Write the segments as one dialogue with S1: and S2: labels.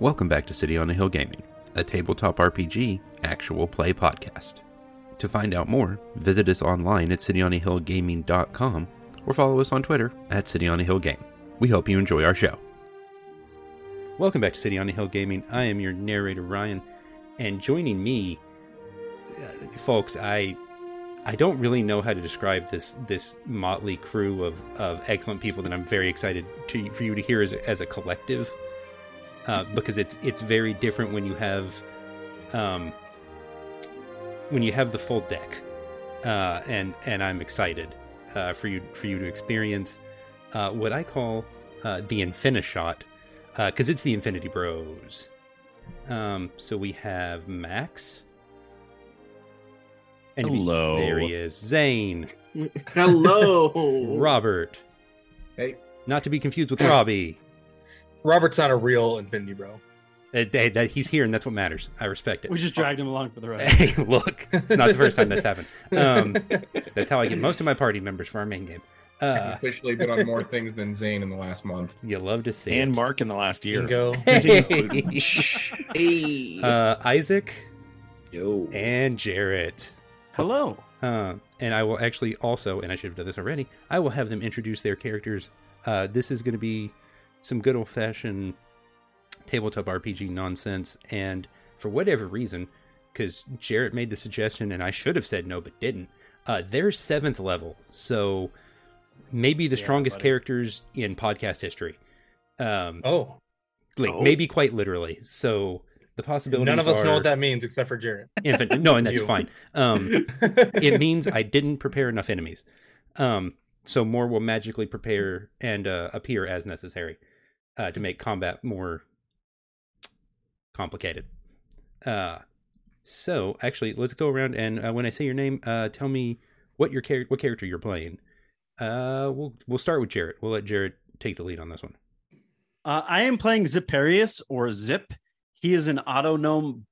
S1: Welcome back to City on a Hill Gaming, a tabletop RPG actual play podcast. To find out more, visit us online at cityonahillgaming.com or follow us on Twitter at City on a Hill Game. We hope you enjoy our show. Welcome back to City on a Hill Gaming. I am your narrator Ryan, and joining me, uh, folks, I I don't really know how to describe this this motley crew of, of excellent people that I'm very excited to for you to hear as, a- as a collective, uh, because it's it's very different when you have, um, when you have the full deck, uh, and and I'm excited uh, for you for you to experience uh, what I call uh, the Infinishot, because it's the Infinity Bros. Um, so we have Max. And we-
S2: Hello.
S1: There he is. Zane.
S3: Hello.
S1: Robert.
S4: Hey.
S1: Not to be confused with Robbie.
S4: Robert's not a real Infinity Bro.
S1: Uh, they- that he's here and that's what matters. I respect it.
S3: We just dragged him along for the ride.
S1: Hey, look, it's not the first time that's happened. Um, that's how I get most of my party members for our main game. Uh,
S4: Officially been on more things than Zane in the last month.
S1: you love to see
S2: and
S1: it.
S2: Mark in the last year.
S4: Bingo.
S1: Hey!
S3: Hey.
S1: uh, Isaac
S5: Yo.
S1: and Jarrett.
S3: Hello.
S1: Uh, and I will actually also, and I should have done this already, I will have them introduce their characters. Uh, this is going to be some good old fashioned tabletop RPG nonsense. And for whatever reason, because Jarrett made the suggestion and I should have said no but didn't, uh, they're seventh level. So maybe the
S3: Yeah,
S1: strongest
S3: buddy.
S1: characters in podcast history. Um,
S4: Oh,
S1: like
S3: Oh.
S1: maybe quite literally. So the possibilities
S4: none of us
S1: are
S4: know what that means except for Jared.
S1: infinite. No, and that's
S4: You.
S1: fine. Um, it means I didn't prepare enough enemies. Um, so more will magically prepare and uh, appear as necessary uh, to make combat more complicated. Uh, so actually, let's go around and uh, when I say your name, uh, tell me what your char- what character you're playing. Uh, we'll we'll start with Jarrett. We'll let Jarrett take the lead on this one.
S3: Uh, I am playing Ziparius or Zip. He is an autonome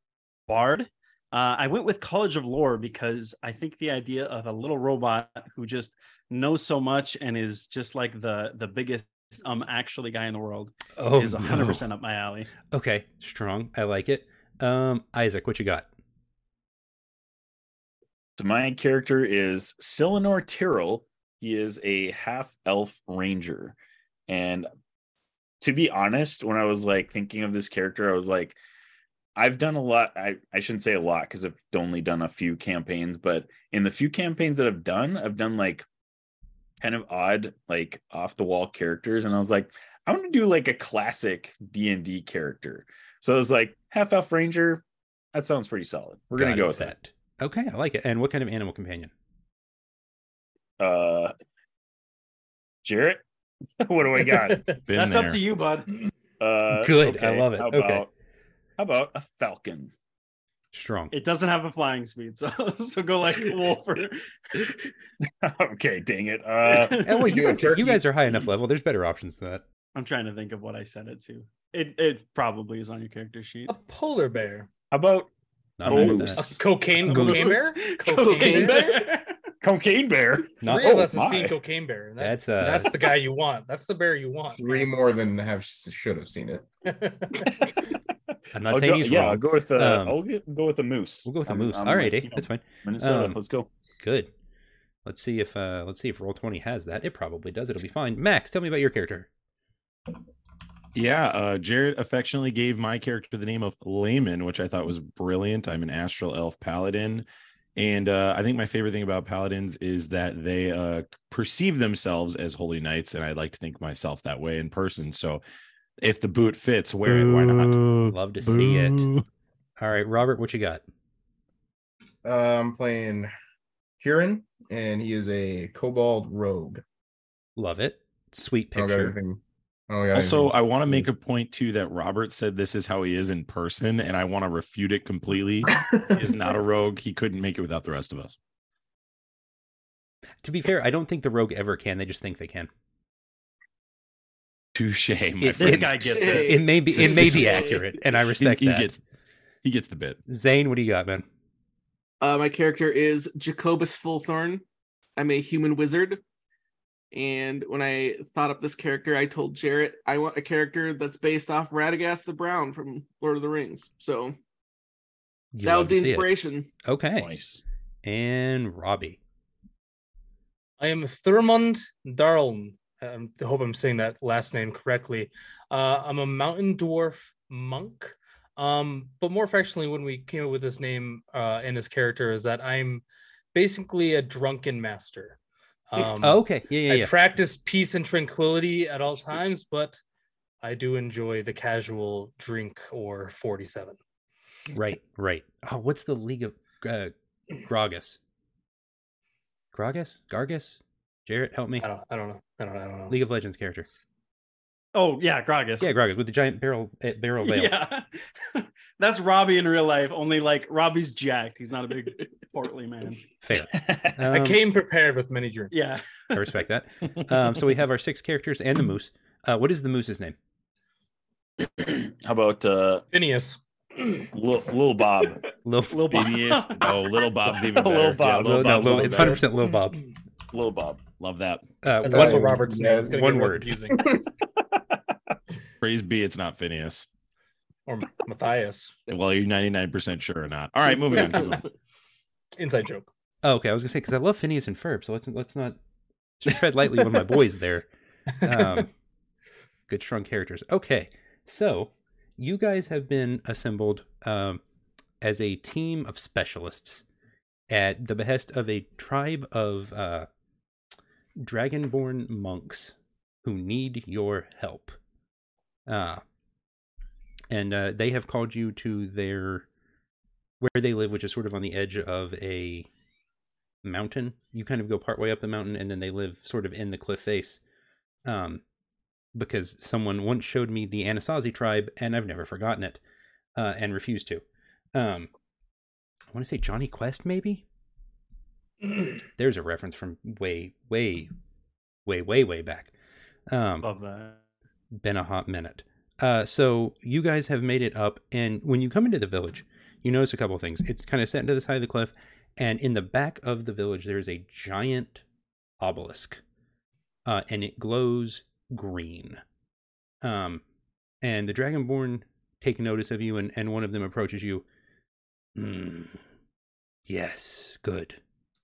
S3: bard. Uh, I went with College of Lore because I think the idea of a little robot who just knows so much and is just like the the biggest um actually guy in the world
S1: Oh,
S3: is 100% up my alley.
S1: Okay, strong. I like it. Um, Isaac, what you got?
S2: So my character is Silenor Tyrrell. He is a half elf ranger. And to be honest, when I was like thinking of this character, I was like, I've done a lot. I, I shouldn't say a lot because I've only done a few campaigns, but in the few campaigns that I've done, I've done like kind of odd, like off the wall characters. And I was like, I want to do like a classic D and D character. So I was like, half elf ranger. That sounds pretty solid. We're gonna
S1: Got
S2: go
S1: it
S2: with that.
S1: set. Okay, I like it. And what kind of animal companion?
S2: Uh, Jarrett, what do I got?
S6: Been
S3: That's
S6: there.
S3: up to you, bud.
S2: Uh,
S1: Good, I love it.
S2: How
S1: Okay.
S2: about, how about a falcon?
S1: Strong.
S3: It doesn't have a flying speed, so so go like a wolf or
S2: okay, dang it. Uh,
S1: Oh, well, you,
S4: You a
S1: guys, you
S4: turkey.
S1: guys are high enough level. There's better options than that.
S3: I'm trying to think of what I said it to. It it probably is on your character sheet.
S4: a polar bear,
S2: how about
S1: Not mad at that.
S4: a
S5: Goose.
S4: cocaine,
S1: Goose.
S4: cocaine bear.
S3: Cocaine
S4: Cocaine
S3: bear?
S2: cocaine bear?
S1: Not-
S4: Three of
S2: oh,
S4: us have seen
S2: my.
S4: cocaine bear. and that-
S1: That's, uh,
S4: that's the guy you want. That's the bear you want.
S7: three more than have should have seen it.
S1: I'm not
S2: I'll
S1: saying
S2: go,
S1: he's
S2: yeah, I'll
S1: wrong.
S2: go with a,
S1: Um,
S2: I'll get, go with a moose.
S1: We'll go with a
S2: I'm-
S1: moose.
S2: I'm
S1: All
S2: like,
S1: righty,
S2: you know,
S1: that's fine.
S2: Minnesota.
S1: Um,
S2: let's go.
S1: Good. Let's see if uh let's see if roll twenty has that. It probably does. It'll be fine. Max, tell me about your character.
S6: Yeah, uh, Jared affectionately gave my character the name of Layman, which I thought was brilliant. I'm an astral elf paladin. And uh, I think my favorite thing about paladins is that they uh, perceive themselves as holy knights. And I like to think myself that way in person. So if the boot fits, wear it. Why not?
S1: Love to see it. All right, Robert, what you got?
S7: Uh, I'm playing Huron, and he is a kobold rogue.
S1: Love it. Sweet
S7: I don't got
S1: picture.
S7: anything- I don't got
S6: Also,
S7: anything.
S6: I want to make a point too that Robert said this is how he is in person, and I want to refute it completely. He is not a rogue. He couldn't make it without the rest of us.
S1: To be fair, I don't think the rogue ever can. They just think they can.
S6: Touche, my
S1: It-
S6: friend.
S3: This guy gets it.
S1: It may be it may be accurate, and I
S6: He's-
S1: respect
S6: he
S1: that.
S6: gets he gets the bit.
S1: Zane, what do you got, man?
S3: Uh, my character is Jacobus Fulthorn. I'm a human wizard.
S8: And when I thought up this character, I told Jarrett I want a character that's based off Radagast the Brown from Lord of the Rings. So
S1: You
S8: that
S1: love
S8: was
S1: to
S8: the
S1: see it.
S8: inspiration.
S1: Okay.
S2: Nice.
S1: And Robbie.
S4: I am Thurmond Darln. Um, I hope I'm saying that last name correctly. Uh, I'm a mountain dwarf monk. Um, but more affectionately, when we came up with this name uh, and this character, is that I'm basically a drunken master. Um,
S1: Oh, okay. Yeah, yeah,
S4: I
S1: yeah.
S4: practice peace and tranquility at all times, but I do enjoy the casual drink or 47.
S1: right, right. Oh, what's the League of uh, Gragas? Gragas? Gargas? Jarrett, help me.
S4: I don't, I don't know. I don't, I don't know.
S1: League of Legends character.
S3: Oh yeah, Gragas.
S1: Yeah, Gragas with the giant barrel eh, barrel veil.
S3: Yeah. That's Robbie in real life. Only like Robbie's jacked. He's not a big portly man.
S1: Fair.
S4: I
S1: Um,
S4: came prepared with many drinks.
S3: Yeah.
S1: I respect that. Um, so we have our six characters and the moose. Uh, what is the moose's name?
S2: How about uh,
S4: Phineas.
S2: Lil, Lil Bob?
S1: Lil,
S3: Little Bob.
S6: Phineas. no, little Bob's even better.
S2: Little Bob.
S6: Yeah,
S1: Lil- no,
S6: little Bob's
S1: Lil,
S6: even
S1: it's
S6: better.
S1: hundred percent Lil Bob.
S2: Lil Bob.
S6: Love that.
S1: Uh,
S4: That's
S1: one-
S4: also Robert Smith. It's gonna
S1: one
S4: get real
S1: word.
S4: confusing.
S6: Praise be, it's not Phineas.
S4: or Matthias.
S6: Well, you're 99% sure or not. All right, moving on. Keep going.
S4: Inside joke.
S1: oh, okay, I was gonna say because I love Phineas and Ferb, so let's let's not just tread lightly with my boys there. Um, good strong characters. Okay, so you guys have been assembled um, as a team of specialists at the behest of a tribe of uh, dragonborn monks who need your help. Uh, and uh, they have called you to their where they live, which is sort of on the edge of a mountain. You kind of go partway up the mountain, and then they live sort of in the cliff face. Um, because someone once showed me the Anasazi tribe, and I've never forgotten it, uh, and refused to. Um, I want to say Johnny Quest, maybe. There's a reference from way, way, way, way, way back. Um,
S3: Love that.
S1: been a hot minute. Uh, so you guys have made it up, and when you come into the village, you notice a couple of things. It's kind of set into the side of the cliff, and in the back of the village, there is a giant obelisk, uh, and it glows green. Um, and the dragonborn take notice of you, and, and one of them approaches you. Hmm. Yes, good,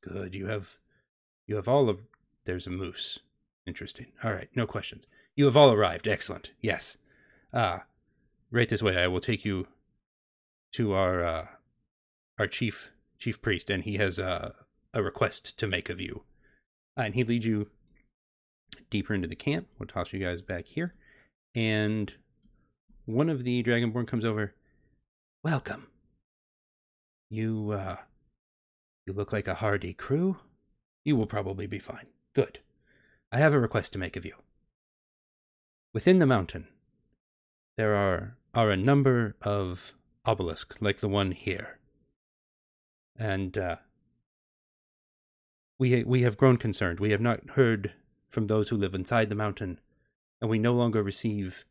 S1: good. You have, you have all of. There's a moose. Interesting. All right, no questions. You have all arrived. Excellent. Yes. Uh, right this way. I will take you to our uh, our chief chief priest, and he has uh, a request to make of you. Uh, and he leads you deeper into the camp. We'll toss you guys back here, and one of the dragonborn comes over. Welcome. You uh, you look like a hardy crew. You will probably be fine. Good. I have a request to make of you. Within the mountain, there are, are a number of obelisks like the one here. And uh, we, we have grown concerned. We have not heard from those who live inside the mountain, and we no longer receive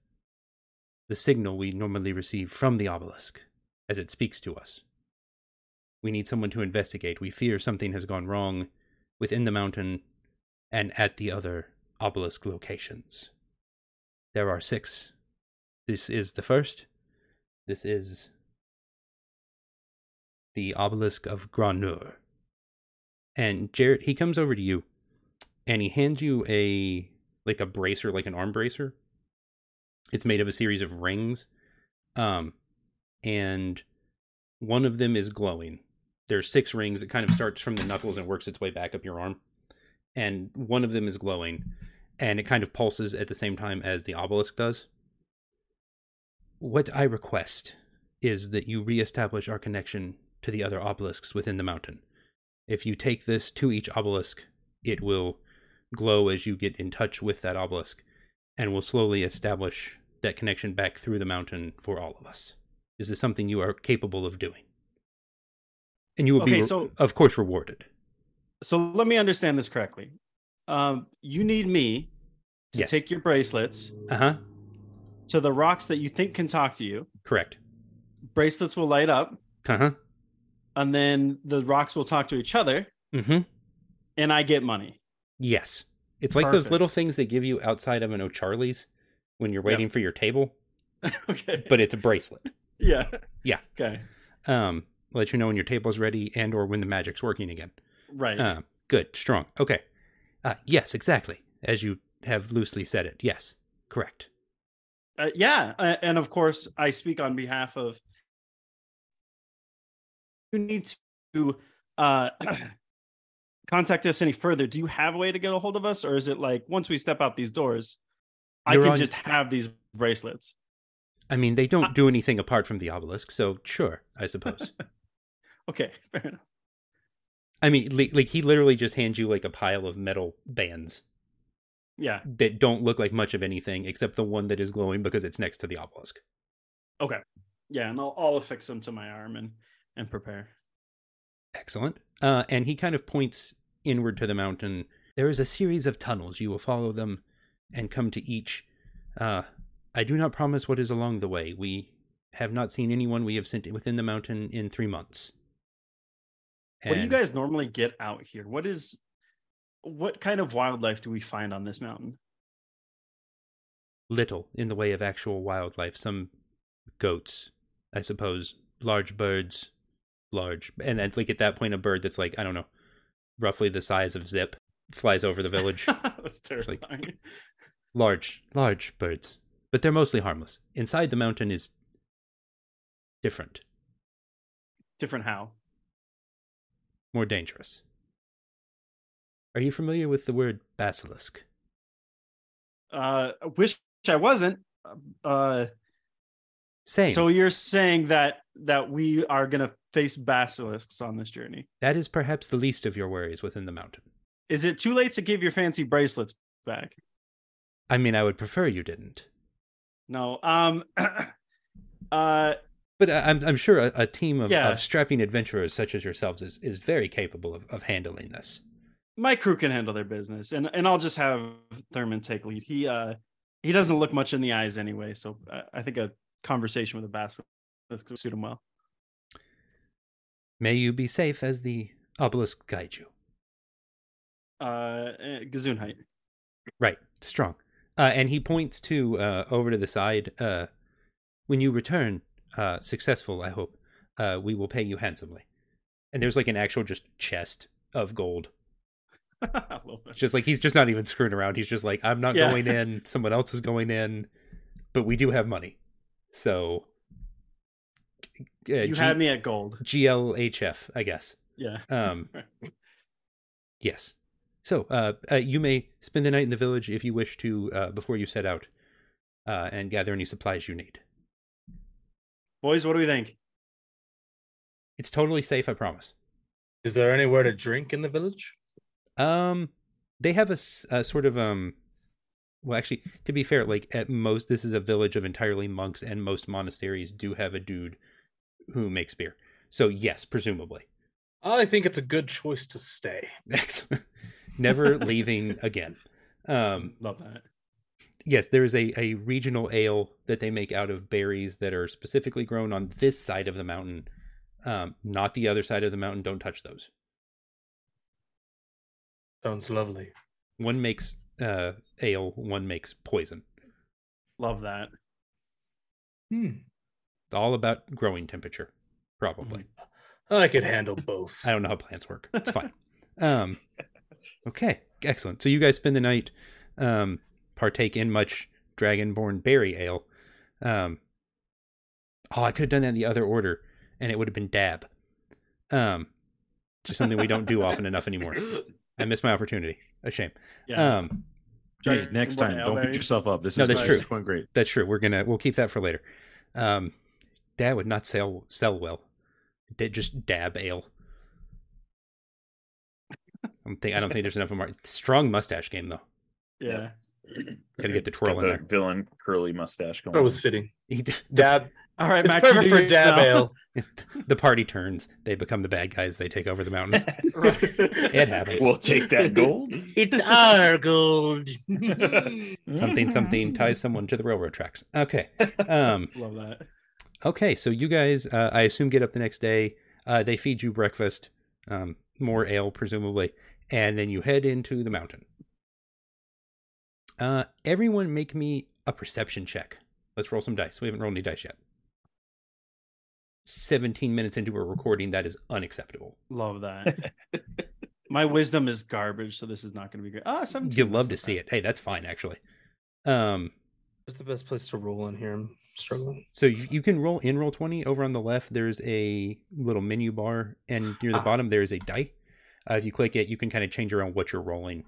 S1: the signal we normally receive from the obelisk as it speaks to us. We need someone to investigate. We fear something has gone wrong within the mountain and at the other obelisk locations. There are six. This is the first. This is the obelisk of Granur. And Jarrett, he comes over to you and he hands you a like a bracer, like an arm bracer. It's made of a series of rings. Um and one of them is glowing. There are six rings. It kind of starts from the knuckles and works its way back up your arm. And one of them is glowing and it kind of pulses at the same time as the obelisk does. What I request is that you reestablish our connection to the other obelisks within the mountain. If you take this to each obelisk, it will glow as you get in touch with that obelisk and will slowly establish that connection back through the mountain for all of us. Is this something you are capable of doing? And you will be,
S3: Okay,
S1: re-
S3: so-
S1: of course, rewarded.
S3: So let me understand this correctly. Um, you need me to
S1: Yes.
S3: take your bracelets
S1: Uh huh.
S3: to the rocks that you think can talk to you.
S1: Correct.
S3: Bracelets will light up,
S1: Uh huh.
S3: and then the rocks will talk to each other,
S1: Mm hmm.
S3: and I get money.
S1: Mm-hmm. Yes. It's like those little
S3: Perfect.
S1: things they give you outside of an O'Charlie's when you're waiting for your table,
S3: okay.
S1: but it's a bracelet.
S3: yeah.
S1: Yeah.
S3: Okay.
S1: Um, let you know when your table's ready and or when the magic's working again.
S3: Right.
S1: Uh, good, strong. Okay. Uh, yes, exactly. As you have loosely said it. Yes, correct.
S3: Uh, yeah, uh, and of course, I speak on behalf of. You need to uh, contact us any further. Do you have a way to get a hold of us, or is it like once we step out these doors, I
S1: You're
S3: can
S1: on-
S3: just have these bracelets?
S1: I mean, they don't
S3: I-
S1: do anything apart from the obelisk, so sure, I suppose.
S3: Okay, fair enough.
S1: I mean, li- like he literally just hands you like a pile of metal bands
S3: Yeah.
S1: that don't look like much of anything except the one that is glowing because it's next to the obelisk.
S3: Okay. Yeah, and I'll, I'll affix them to my arm and and prepare.
S1: Excellent. Uh, and he kind of points inward to the mountain. There is a series of tunnels. You will follow them and come to each. Uh, I do not promise what is along the way. We have not seen anyone we have sent within the mountain in three months.
S3: What do you
S1: And
S3: guys normally get out here? What is what kind of wildlife do we find on this mountain?
S1: Little in the way of actual wildlife. Some goats, I suppose. Large birds. Large. And then, like, at that point, a bird that's like, I don't know, roughly the size of Zip flies over the village.
S3: That's
S1: like-
S3: terrifying.
S1: large, large birds, but they're mostly harmless. Inside the mountain is different,
S3: Different how?
S1: more dangerous. Are you familiar with the word basilisk?
S3: Uh, I wish I wasn't. Uh,
S1: Same.
S3: so
S1: So
S3: you're saying that that we are gonna face basilisks on this journey?
S1: that is perhaps the least of your worries within the mountain.
S3: Is it too late to give your fancy bracelets back?
S1: I mean, I would prefer you didn't,
S3: No. Um. uh.
S1: but I, I'm, I'm sure a, a team of,
S3: Yeah.
S1: of strapping adventurers such as yourselves is, is very capable of, of handling this.
S3: my crew can handle their business and and i'll just have thurman take lead he uh he doesn't look much in the eyes anyway so i, I think a conversation with a basilisk would suit him well
S1: May you be safe as the obelisk guide you.
S3: uh eh, gesundheit
S1: Right, strong. Uh, and he points to uh, over to the side. Uh, when you return uh, successful, I hope uh, we will pay you handsomely. And there's like an actual just chest of gold.
S3: I love it.
S1: Just like he's just not even screwing around. He's just like, I'm not
S3: Yeah.
S1: going in. Someone else is going in, but we do have money. So uh,
S3: you had me at gold
S1: GLHF, I guess.
S3: yeah
S1: Um, Yes. So, uh, uh, you may spend the night in the village if you wish to uh, before you set out, uh, and gather any supplies you need.
S3: boys what do we think
S1: It's totally safe, I promise.
S4: Is there anywhere to drink in the village?
S1: Um, they have a, s- a sort of um, well, actually, to be fair, like at most, this is a village of entirely monks, and most monasteries do have a dude who makes beer. So yes, presumably,
S4: I think it's a good choice to stay.
S1: Excellent. never leaving again. Um,
S3: love that
S1: yes, there is a, a regional ale that they make out of berries that are specifically grown on this side of the mountain, um, not the other side of the mountain. Don't touch those.
S4: Sounds lovely.
S1: One makes uh, ale, one makes poison.
S3: love that
S4: Hmm.
S1: It's all about growing temperature,
S6: Mm,
S1: probably.
S4: I could handle both.
S1: I don't know how plants work. It's fine. um, okay, excellent. So you guys spend the night, um, partake in much dragonborn berry ale. Um, oh, I could have done that in the other order, and it would have been dab. Um, just something we don't do often enough anymore. I missed my opportunity. A shame.
S3: yeah
S1: Um,
S6: Hey, next
S3: Dragonborn
S6: time, don't beat
S3: Elberry.
S6: yourself up. This
S1: No,
S6: is
S1: that's
S6: nice.
S1: true.
S6: It's going great.
S1: that's true. We're gonna we'll keep that for later. Um, that would not sell sell well. Da- just dab ale. I'm think I don't think there's enough of a mar- strong mustache game though.
S3: yeah
S1: Gotta get the
S2: It's
S1: twirl
S2: got
S1: in
S2: the Villain curly mustache going.
S4: That was fitting.
S1: He d- the,
S4: Dab.
S3: all right
S4: It's
S3: Max, you
S4: perfect
S3: do
S4: for
S3: yours
S4: dab
S3: now.
S4: ale.
S1: the party turns. They become the bad guys. They take over the mountain. It happens.
S2: We'll take that gold.
S4: It's our gold.
S1: something something ties someone to the railroad tracks. Okay. Um,
S3: love that
S1: okay. So you guys, uh, I assume, get up the next day. Uh, they feed you breakfast, um, more ale presumably, and then you head into the mountain. Uh, everyone, make me a perception check. Let's roll some dice. We haven't rolled any dice yet. 17 minutes into a recording, that is unacceptable.
S3: Love that. My wisdom is garbage, so this is not going to be great. Ah, 17.
S1: You'd love to see it. Hey, that's fine, actually. Um,
S4: What's the best place to roll in here? I'm struggling.
S1: So you, you can roll in roll 20. Over on the left, there's a little menu bar, and near the
S8: Ah.
S1: bottom, there is a die. Uh, if you click it, you can kind of change around what you're rolling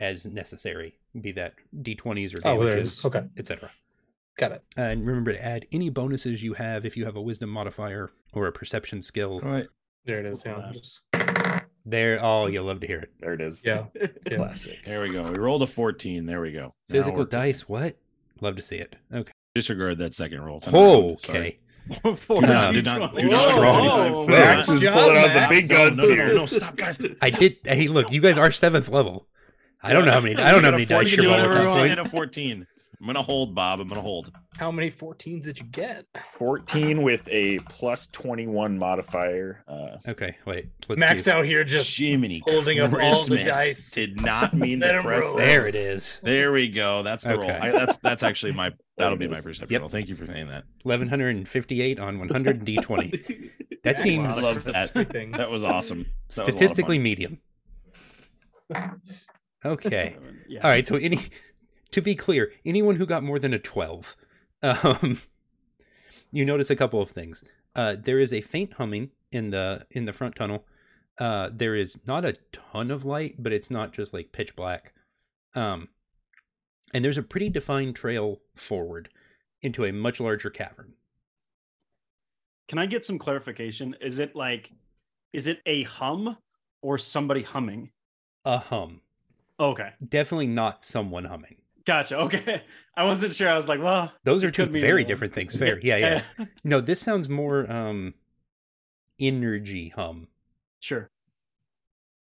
S1: as necessary, be that d20s or
S4: Oh, there it is.
S1: damages,
S4: Okay.
S1: etc.
S4: Got it.
S1: And remember to add any bonuses you have if you have a wisdom modifier or a perception skill.
S7: Oh.
S6: All right.
S4: There it is. Yeah.
S3: Wow.
S4: Just-
S1: There, oh, you'll love to hear it.
S2: There it is.
S4: yeah. yeah.
S2: Classic.
S6: There we go. We rolled a 14. There we go. Now
S1: Physical
S6: we're-
S1: dice, what? Love to see it. Okay.
S6: Disregard that second roll. It's
S1: Oh,
S6: unarmed. Sorry.
S1: okay. Um,
S3: Four,
S6: Do not-
S3: two,
S6: do not-
S3: one.
S6: do not-
S8: Whoa,
S6: Whoa.
S8: whoa.
S2: Max is
S4: Good job,
S2: pulling out the
S4: Max.
S2: big
S6: No,
S2: guns
S6: no, no,
S2: here.
S6: no, no, stop, guys.
S1: I did. Hey, look, you guys are seventh level. I don't know how many. I don't
S6: You
S1: know how
S6: got a
S1: many
S6: 40,
S1: dice
S6: you
S1: you're
S6: got
S1: rolling.
S6: a
S1: at this
S6: 14
S1: point.
S6: and a 14. I'm going to hold, Bob. I'm going to hold.
S4: How many 14s did you get?
S2: 14 with a plus 21 modifier. Uh,
S1: Okay, wait. Let's
S4: Max
S1: see.
S4: out here just
S6: Jiminy
S4: holding up all the
S6: Christmas.
S4: dice.
S6: Did not mean
S4: Let
S6: to
S4: 'em
S6: press
S4: roll.
S6: that.
S1: There it is.
S6: There we go. That's the roll.
S1: Okay.
S6: I, that's that's actually my that'll be my
S2: Yes.
S6: perception
S1: Yep.
S6: roll. Thank you for saying that.
S1: Eleven hundred and fifty-eight on one hundred and d twenty. That
S8: That's
S1: seems
S6: I love that.
S4: Everything.
S6: That was awesome. That was a lot of fun.
S1: statistically medium. Okay.
S3: Yeah.
S1: All right. So any, to be clear, anyone who got more than a twelve, um, you notice a couple of things. Uh, there is a faint humming in the in the front tunnel. Uh, there is not a ton of light, but it's not just like pitch black. Um, and there's a pretty defined trail forward into a much larger cavern.
S3: Can I get some clarification? Is it like, is it a hum or somebody humming?
S1: A hum,
S3: Okay.
S1: definitely not someone humming.
S3: Gotcha. Okay. I wasn't sure. I was like, well,
S1: Those are
S3: It
S1: two
S3: could be
S1: very
S3: anyone.
S1: different things. Fair. Yeah, yeah.
S3: eh,
S1: No, this sounds more um energy hum.
S3: sure.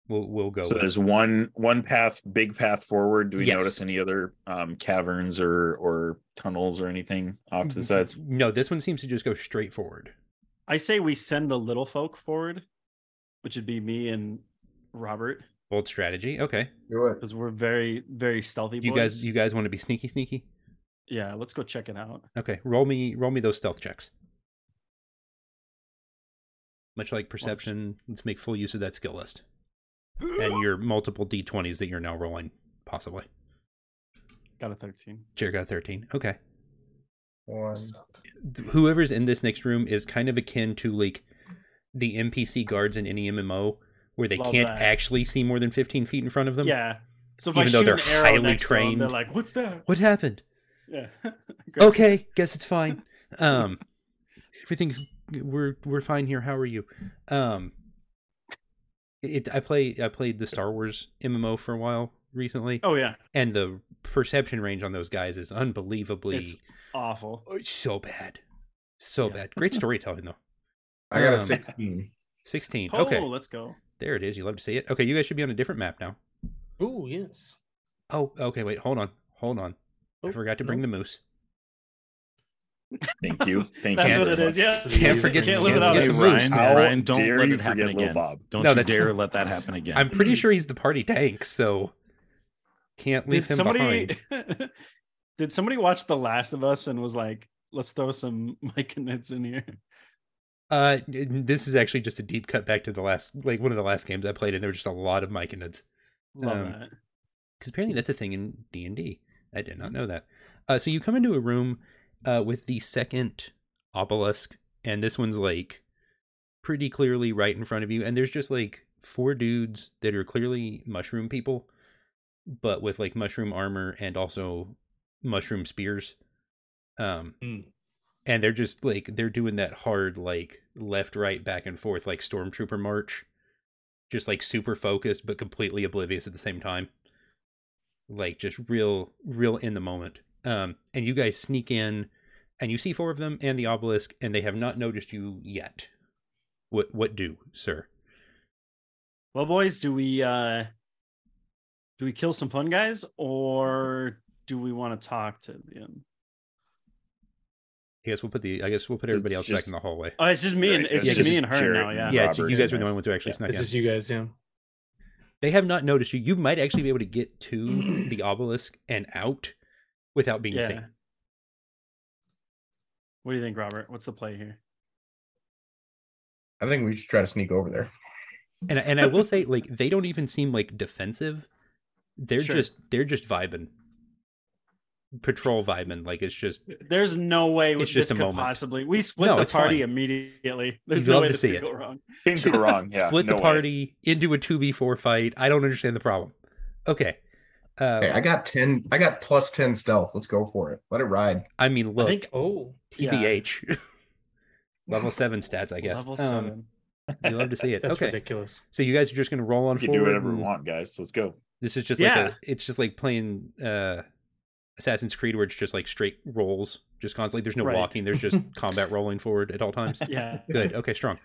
S1: We'll we'll go
S2: so
S1: with.
S2: there's one one path, big path forward. Do we
S1: Yes.
S2: notice any other um, caverns or or tunnels or anything off to the sides?
S1: No, this one seems to just go straight forward.
S3: I say we send the little folk forward, which would be me and Robert,
S1: Bold strategy. Okay.
S7: Do it.
S3: because we're very, very stealthy.
S1: You
S3: boys.
S1: guys you guys want to be sneaky sneaky?
S3: yeah, let's go check it out.
S1: Okay. Roll me roll me those stealth checks. Much like perception, let's make full use of that skill list. And your multiple D twenties that you're now rolling, possibly.
S3: Got a 13.
S1: Jared got a thirteen. Okay.
S7: One.
S1: th- whoever's in this next room is kind of akin to like the NPC guards in any MMO where they
S3: Love
S1: can't
S3: that.
S1: actually see more than 15 feet in front of them.
S3: Yeah. So if I
S1: Even though
S3: shoot
S1: they're
S3: an arrow
S1: highly
S3: next to 'em, they're
S1: trained.
S3: like, what's that?
S1: What happened?
S3: Yeah. Great.
S1: Okay, guess it's fine. Um everything's we're we're fine here. How are you? Um it I play I played the Star Wars MMO for a while recently
S3: Oh, yeah.
S1: and the perception range on those guys is unbelievably
S3: It's awful.
S1: so bad. So
S3: Yeah.
S1: bad. Great storytelling though.
S7: I got
S1: Um,
S7: a 16.
S1: 16.
S3: Oh,
S1: okay.
S3: let's go.
S1: There it is. You love to see it. Okay, you guys should be on a different map now.
S4: Ooh, yes.
S1: Oh, okay. Wait, hold on. Hold on. I
S4: Oh,
S1: forgot to bring
S4: no.
S1: the moose.
S2: Thank you. Thank you.
S3: That's
S2: very
S3: what it
S2: much.
S3: is. Yeah.
S1: Can't forget-
S3: Can't live
S1: can't
S3: without
S1: forget
S3: it.
S1: the
S6: Ryan,
S2: How
S6: Ryan, don't
S2: dare
S6: let
S2: you
S6: it happen
S2: forget Lil
S6: again.
S2: Bob.
S6: Don't
S1: No,
S6: you
S1: that's-
S6: dare let that happen again.
S1: I'm pretty sure he's the party tank, so can't leave
S3: Did
S1: him
S3: somebody
S1: behind.
S3: Did somebody watch The Last of Us and was like, let's throw some Mike and Neds in here?
S1: Uh, n- this is actually just a deep cut back to the last, like one of the last games I played, and there were just a lot of Mike and Nuds.
S3: Love
S1: Um,
S3: that.
S1: because apparently that's a thing in D and D. I did not know that. Uh, so you come into a room uh, with the second obelisk, and this one's like pretty clearly right in front of you. And there's just like four dudes that are clearly mushroom people, but with like mushroom armor and also mushroom spears. Um,
S4: Mm.
S1: and they're just like they're doing that hard like left right back and forth like stormtrooper march just like super focused but completely oblivious at the same time like just real real in the moment um and you guys sneak in and you see four of them and the obelisk and they have not noticed you yet what what do sir
S3: Well, boys, do we uh do we kill some fun guys or do we want to talk to them?
S1: i guess we'll put the i guess we'll put
S2: Just-
S1: everybody else back
S2: just-
S1: in the hallway
S3: Oh, it's just me and
S2: Right,
S3: it's
S1: yeah,
S3: just
S1: just
S3: me and her
S2: Jared
S3: now.
S2: and
S3: Yeah.
S1: yeah
S2: Robert
S1: you guys
S2: and
S1: were the
S2: I-
S1: only ones who actually
S2: yeah,
S1: snuck
S4: It's
S1: in
S4: just you guys, yeah.
S1: They have not noticed you. You might actually be able to get to the obelisk and out without being
S3: Yeah.
S1: seen.
S3: What do you think, Robert? What's the play here?
S7: I think we should try to sneak over there.
S1: And I- and I will say, like, they don't even seem like defensive. They're
S3: Sure.
S1: just they're just vibing. Patrol vibing. Like it's just
S3: There's no way
S1: It's
S3: this
S1: just a
S3: could
S1: moment.
S3: possibly. We split
S1: No,
S3: the
S1: it's
S3: party
S1: fine.
S3: immediately. There's
S1: You'd
S3: no
S1: love
S3: way
S1: to
S3: this
S1: see
S3: could
S1: it.
S3: go wrong.
S2: Can't go wrong. Yeah.
S1: split
S2: no
S1: the
S2: way.
S1: party into a two v four fight. I don't understand the problem. Okay. Uh,
S7: Hey, I got ten. I got plus ten stealth. Let's go for it. Let it ride.
S1: I mean,
S3: I
S1: look,
S3: think
S4: Oh,
S3: yeah.
S1: TBH, level seven stats. I guess
S3: level
S1: Um,
S3: seven.
S1: you love to see it.
S4: that's
S1: okay,
S4: ridiculous.
S1: so you guys are just gonna roll on
S2: You can
S1: forward.
S2: do whatever
S1: and
S2: we want, guys. Let's go.
S1: This is just like
S3: Yeah.
S1: a, it's just like playing uh, Assassin's Creed, where it's just like straight rolls, just constantly. There's no
S3: Right.
S1: walking. There's just combat rolling forward at all times.
S3: yeah.
S1: Good. Okay. Strong.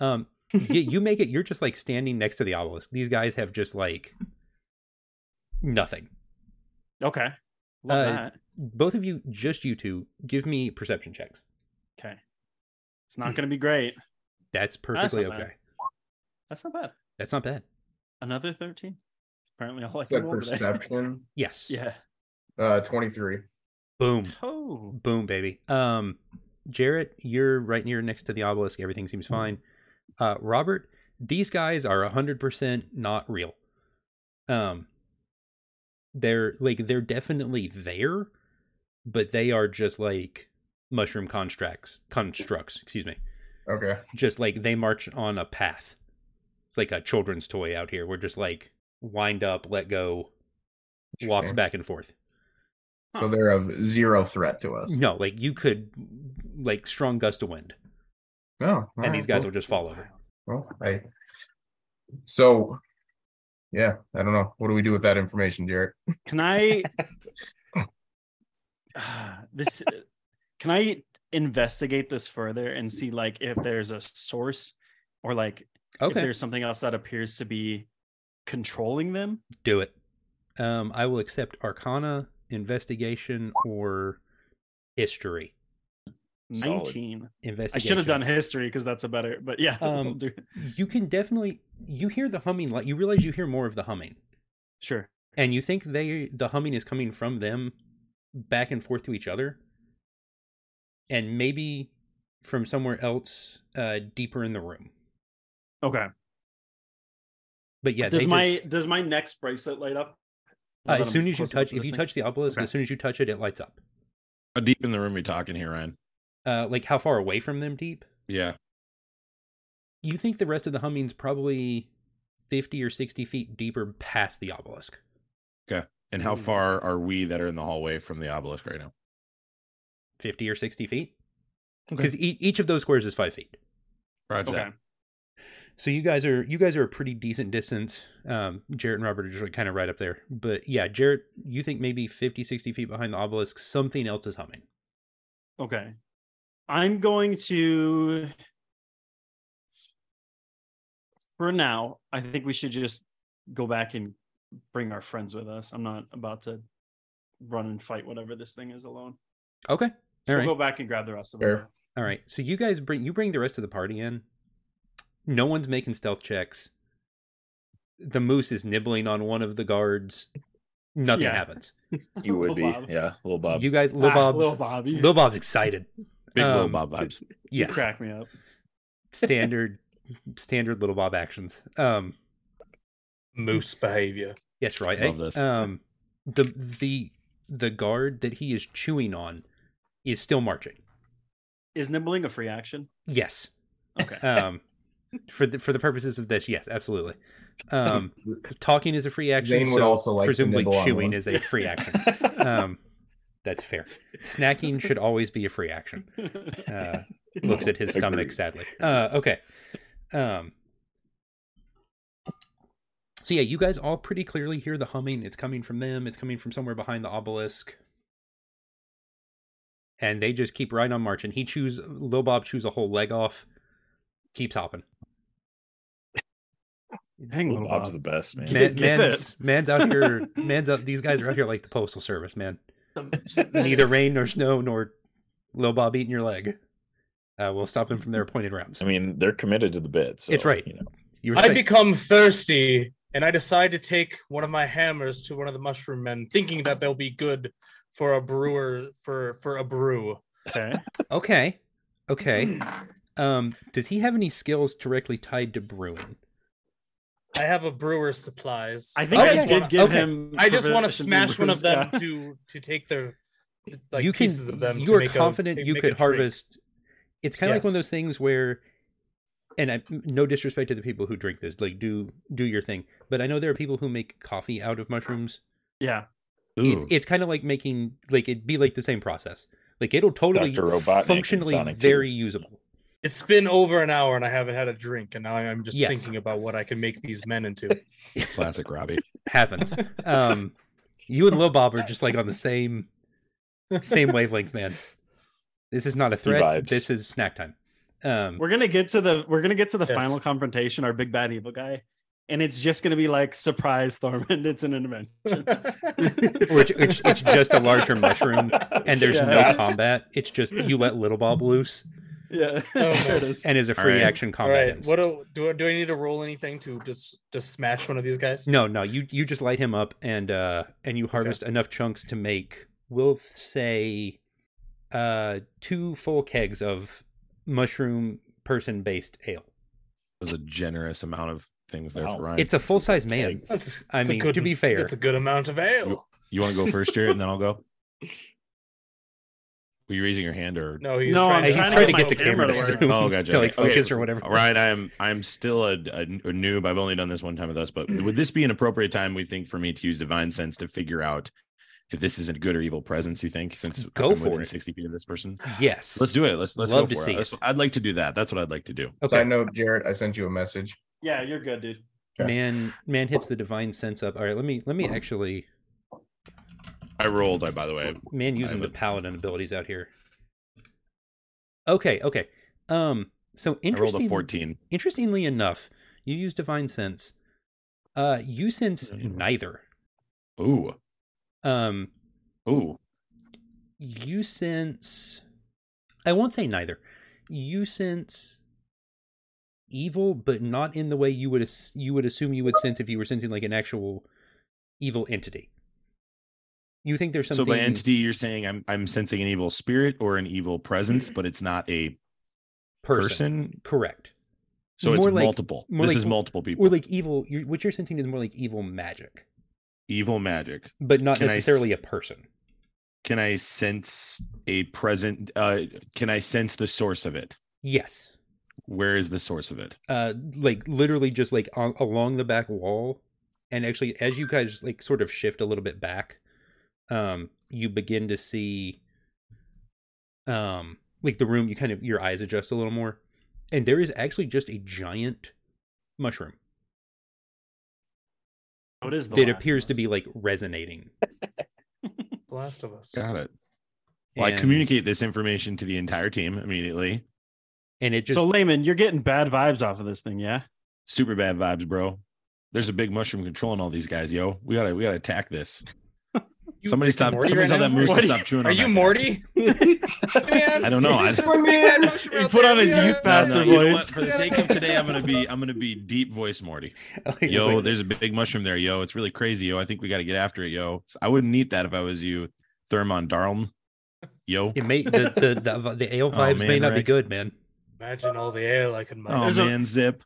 S1: Um, you, you make it. You're just like standing next to the obelisk. These guys have just like nothing.
S3: Okay. Love
S1: Uh,
S3: that.
S1: both of you, just you two, give me perception checks.
S3: Okay. It's not going to be great.
S1: That's perfectly
S3: not
S1: okay.
S3: bad. That's not bad.
S1: That's not bad.
S3: Another 13. Apparently, all I
S7: Said
S3: can roll today.
S7: perception.
S1: Yes.
S3: Yeah.
S7: Uh, twenty three.
S1: Boom.
S3: Oh.
S1: Boom, baby. Um, Jarrett, you're right near next to the obelisk. Everything seems
S3: Mm-hmm.
S1: fine. Uh, Robert, these guys are hundred percent not real. Um, they're like they're definitely there, but they are just like mushroom constructs. Constructs, excuse me.
S7: Okay.
S1: just like they march on a path. It's like a children's toy out here. We're just like wind up, let go, walks
S7: Interesting.
S1: back and forth.
S7: So they're of zero threat to us.
S1: No, like you could like strong gust of wind,
S7: No. Oh, all
S1: and these
S7: right,
S1: guys
S7: cool.
S1: will just fall over.
S7: Well, I. So, yeah, I don't know. What do we do with that information, Jared?
S3: Can I? Ah, this. Can I investigate this further and see like if there's a source or like if
S1: Okay,
S3: there's something else that appears to be controlling them?
S1: do it. Um, I will accept Arcana, investigation, or history.
S2: Solid.
S3: 19. I
S1: Investigation.
S3: should have done history because that's a better, but yeah.
S1: Um,
S3: we'll do-
S1: You can definitely you hear the humming. Like you realize you hear more of the humming.
S3: sure.
S1: and you think they the humming is coming from them back and forth to each other and maybe from somewhere else uh deeper in the room
S3: Okay.
S1: but yeah they
S3: does
S1: just-
S3: my does my next bracelet light up?
S1: uh,
S3: Now that
S1: as
S3: I'm
S1: soon as you
S3: close enough
S1: touch
S3: to
S1: if
S3: this
S1: you
S3: thing?
S1: touch the obelisk
S3: Okay.
S1: as soon as you touch it it lights up
S6: How deep in the room are we talking here, Ryan?
S1: uh like how far away from them deep
S6: Yeah.
S1: you think the rest of the humming's probably 50 or 60 feet deeper past the obelisk
S6: And how
S3: Hmm.
S6: far are we that are in the hallway from the obelisk right now?
S1: 50 or 60 feet
S6: Okay.
S1: because each of those squares is five feet
S6: Roger
S3: Okay.
S6: that.
S1: So you guys are you guys are a pretty decent distance. Um, Jarrett and Robert are just kind of right up there. But yeah, Jarrett, you think maybe 50, 60 feet behind the obelisk, something else is humming.
S3: Okay. I'm going to for now, I think we should just go back and bring our friends with us. I'm not about to run and fight whatever this thing is alone.
S1: Okay.
S3: So
S1: All
S3: we'll
S1: right.
S3: go back and grab the rest of
S7: Fair.
S3: them.
S1: All right. So you guys bring you bring the rest of the party in. No one's making stealth checks. The moose is nibbling on one of the guards. Nothing
S3: Yeah.
S1: happens.
S2: You would be.
S3: Little Bob.
S2: Yeah. Little Bob.
S1: you guys Lil
S3: Ah,
S1: Bob's
S3: Lil Bobby.
S1: Lil Bob's excited.
S6: Big Lil
S1: Um,
S6: Bob vibes.
S3: You
S1: Yes.
S3: crack me up.
S1: Standard standard little Bob actions. Um
S4: Moose behavior.
S1: Yes, right.
S6: Love
S1: eh?
S6: this.
S1: Um, the the the guard that he is chewing on is still marching.
S3: Is nibbling a free action?
S1: Yes.
S3: Okay.
S1: Um, for the for the purposes of this, yes, absolutely. Um, talking is a free action.
S7: Zane would
S1: so
S7: also like to
S1: presumably
S7: nibble on
S1: chewing
S7: one.
S1: is a free action. Um, that's fair. Snacking should always be a free action. Uh, looks at his stomach
S2: Agreed.
S1: sadly. Uh, okay. Um. So yeah, you guys all pretty clearly hear the humming. It's coming from them. It's coming from somewhere behind the obelisk. And they just keep right on marching. He chews Lil Bob chews a whole leg off, keeps hopping.
S3: Hang
S2: Little
S3: Lil
S2: Bob's
S3: Bob.
S2: the best man.
S1: Man,
S3: get
S1: man's
S3: it.
S1: man's out here. Man's out. These guys are out here like the postal service, man. Neither
S8: Neither
S1: rain nor snow nor Lil Bob eating your leg. Uh, we'll stop him from their appointed rounds.
S2: I mean, they're committed to the bit. So,
S1: It's right.
S2: You know,
S1: You were
S4: I
S1: saying-
S4: become thirsty and I decide to take one of my hammers to one of the mushroom men, thinking that they'll be good for a brewer for for a brew.
S3: Okay.
S1: Okay. Okay.
S4: Hmm.
S1: Um, does he have any skills directly tied to brewing?
S4: I have a brewer's supplies.
S3: I think I
S1: Okay.
S3: did give
S1: Oh, Okay.
S3: him.
S4: I just want to
S3: proficiency
S4: smash one of
S3: brews,
S4: them
S3: yeah.
S4: to to take their like
S1: you can,
S4: pieces of them.
S1: You
S4: to
S1: are
S4: make a-
S1: confident
S4: to
S1: you
S4: make a
S1: could
S4: drink.
S1: harvest. It's kind of like one of
S4: Yes.
S1: those things where, and I, no disrespect to the people who drink this, like do do your thing. But I know there are people who make coffee out of mushrooms.
S3: Yeah.
S1: It, it's kind of like making like it'd be like the same process. Like it'll totally
S2: Dr. Robotnik and
S1: functionally
S2: Sonic Team.
S1: very usable.
S4: It's been over an hour and I haven't had a drink, and now I'm just
S1: Yes.
S4: thinking about what I can make these men into.
S6: Classic Robbie.
S1: Happens. Um, you and Lil Bob are just like on the same same wavelength, man. This is not a threat.
S2: vibes.
S1: This is snack time. Um,
S3: We're gonna get to the we're gonna get to the
S4: Yes.
S3: final confrontation, our big bad evil guy, and it's just gonna be like surprise Thormund. It's an intervention.
S1: Which- which- it's just a larger mushroom, and there's
S3: Yeah.
S1: no
S2: That's-
S1: combat. It's just you let Little Bob loose,
S3: yeah.
S4: no.
S3: There it is.
S1: and as a
S6: All
S1: free
S6: right.
S1: action
S4: All
S1: combat.
S4: right,
S1: ends.
S4: what do, do I- do I need to roll anything to just just smash one of these guys?
S1: No, no, you you just light him up, and uh, and you harvest enough chunks to make, we'll say, uh, two full kegs of mushroom person based ale.
S6: It was a generous amount of things there
S2: Wow.
S6: for Ryan.
S1: It's a full size man.
S6: Kegs.
S4: That's,
S1: I
S4: that's a
S1: mean,
S4: good-
S1: to be fair,
S4: that's a good amount of ale.
S6: You want to go first, Jared, and then I'll go. Were you raising your hand or
S4: No, he's
S3: No,
S4: trying
S3: I'm
S1: Hey, he's
S3: trying
S1: trying,
S3: to
S1: to get
S3: get my
S1: the camera to,
S3: camera to work.
S1: zoom-
S6: Oh, gotcha.
S1: to, like
S6: Okay.
S1: focus or whatever.
S6: Ryan, I'm I'm still a, a, a noob. I've only done this one time with us, but would this be an appropriate time we think for me to use divine sense to figure out if this is a good or evil presence? You think since
S1: Go
S6: I'm
S1: for
S6: within
S1: it.
S6: sixty feet of this person?
S1: Yes.
S6: Let's do it. Let's let's
S1: Love to
S6: go for
S1: see
S6: it. Let's- I'd like to do that. That's what I'd like to do.
S7: Side
S1: okay.
S7: note, Jared, I sent you a message.
S3: Yeah, you're good, dude.
S7: Okay.
S1: Man, man hits the divine sense up. All right, let me let me actually
S6: I rolled. I by the way.
S1: man using
S6: have
S1: the
S6: it.
S1: paladin abilities out here. Okay, okay. Um, so
S6: I rolled a
S1: interesting.
S6: fourteen.
S1: interestingly enough, you use divine sense. Uh, you sense neither.
S6: Ooh
S1: Um,
S6: ooh.
S1: you sense. I won't say neither. You sense evil, but not in the way you would ass- you would assume you would sense if you were sensing like an actual evil entity. You think there's something
S6: So by entity, you're saying I'm I'm sensing an evil spirit or an evil presence, but it's not a
S1: person.
S6: person.
S1: correct?
S6: So it's
S1: More like-
S6: multiple.
S1: more
S6: This
S1: like-
S6: is multiple people.
S1: Or like evil. You're, what you're sensing is more like evil magic,
S6: evil magic.
S1: but not
S6: Can I s-
S1: necessarily a person.
S6: Can I sense a present? Uh, can I sense the source of it?
S1: Yes.
S6: Where is the source of it?
S1: uh like literally just like on, along the back wall and actually as you guys like sort of shift a little bit back um you begin to see um like the room you kind of your eyes adjust a little more and there is actually just a giant mushroom
S3: What Oh, is the
S1: that
S3: last
S1: appears
S3: one?
S1: to be like resonating
S4: The Last of Us.
S6: Got it. Well, I
S1: And-
S6: communicate this information to the entire team immediately.
S1: and it just
S3: so Layman, you're getting bad vibes off of this thing, yeah?
S6: Super bad vibes, bro. There's a big mushroom controlling all these guys, yo. We gotta, we gotta attack this.
S4: You
S6: somebody
S4: Rick and
S6: stop.
S4: Morty
S6: Somebody tell
S4: right now?
S6: that moose
S4: What
S6: to
S4: are
S6: stop chewing.
S4: Are
S6: on
S4: you
S6: that guy.
S4: Morty? Man,
S6: I don't know. I,
S3: He put on his youth pastor
S6: No, no, you know
S3: voice.
S6: what? For the sake of today, I'm gonna be, I'm gonna be deep voice Morty.
S1: like, it's
S6: Yo,
S1: like-
S6: there's a big mushroom there, yo. It's really crazy, yo. I think we got to get after it, yo. I wouldn't eat that if I was you, Thermon Darlm. Yo.
S1: it may the the the, the, ale
S6: Oh,
S1: vibes may
S6: man,
S1: not be
S6: Rick.
S1: good man
S4: Imagine all the ale I can make.
S6: Oh
S3: There's a-
S6: man, zip.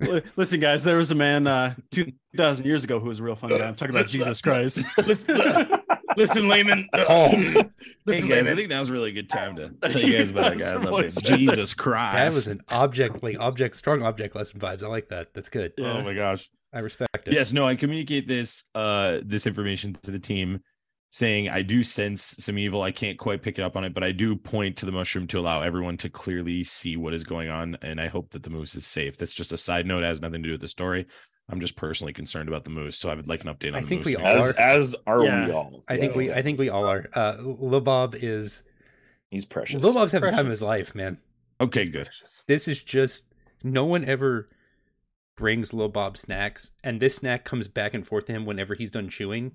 S3: L- Listen, guys, there was a man uh, 2,000 years ago who was a real fun guy. I'm talking about Jesus Christ.
S4: Listen, listen, layman.
S6: Hey
S4: Listen,
S6: guys, I
S4: layman.
S6: think that was a really good time to tell you Oh guys about that guy. I
S3: That's
S6: love him.
S3: voice.
S6: Jesus Christ.
S1: that was an object like object strong object lesson vibes i like that that's good
S3: Yeah.
S6: Oh my gosh.
S1: i respect it
S6: Yes, no, I communicate this uh this information to the team saying I do sense some evil. I can't quite pick it up on it, but I do point to the mushroom to allow everyone to clearly see what is going on. And I hope that the moose is safe. That's just a side note, it has nothing to do with the story. I'm just personally concerned about the moose, so I would like an update on
S1: I
S6: the
S1: think
S6: moose.
S1: we
S6: Thank
S1: all
S6: you.
S2: As
S1: Are-
S2: as are
S3: Yeah.
S2: we all.
S1: I think
S4: Yeah,
S1: we I think we all are. Uh Lil Bob is
S2: He's precious.
S1: Lil Bob's having time of his
S4: Precious.
S1: life, man.
S6: Okay, good.
S1: This is just no one ever brings Lil Bob snacks, and this snack comes back and forth to him whenever he's done chewing.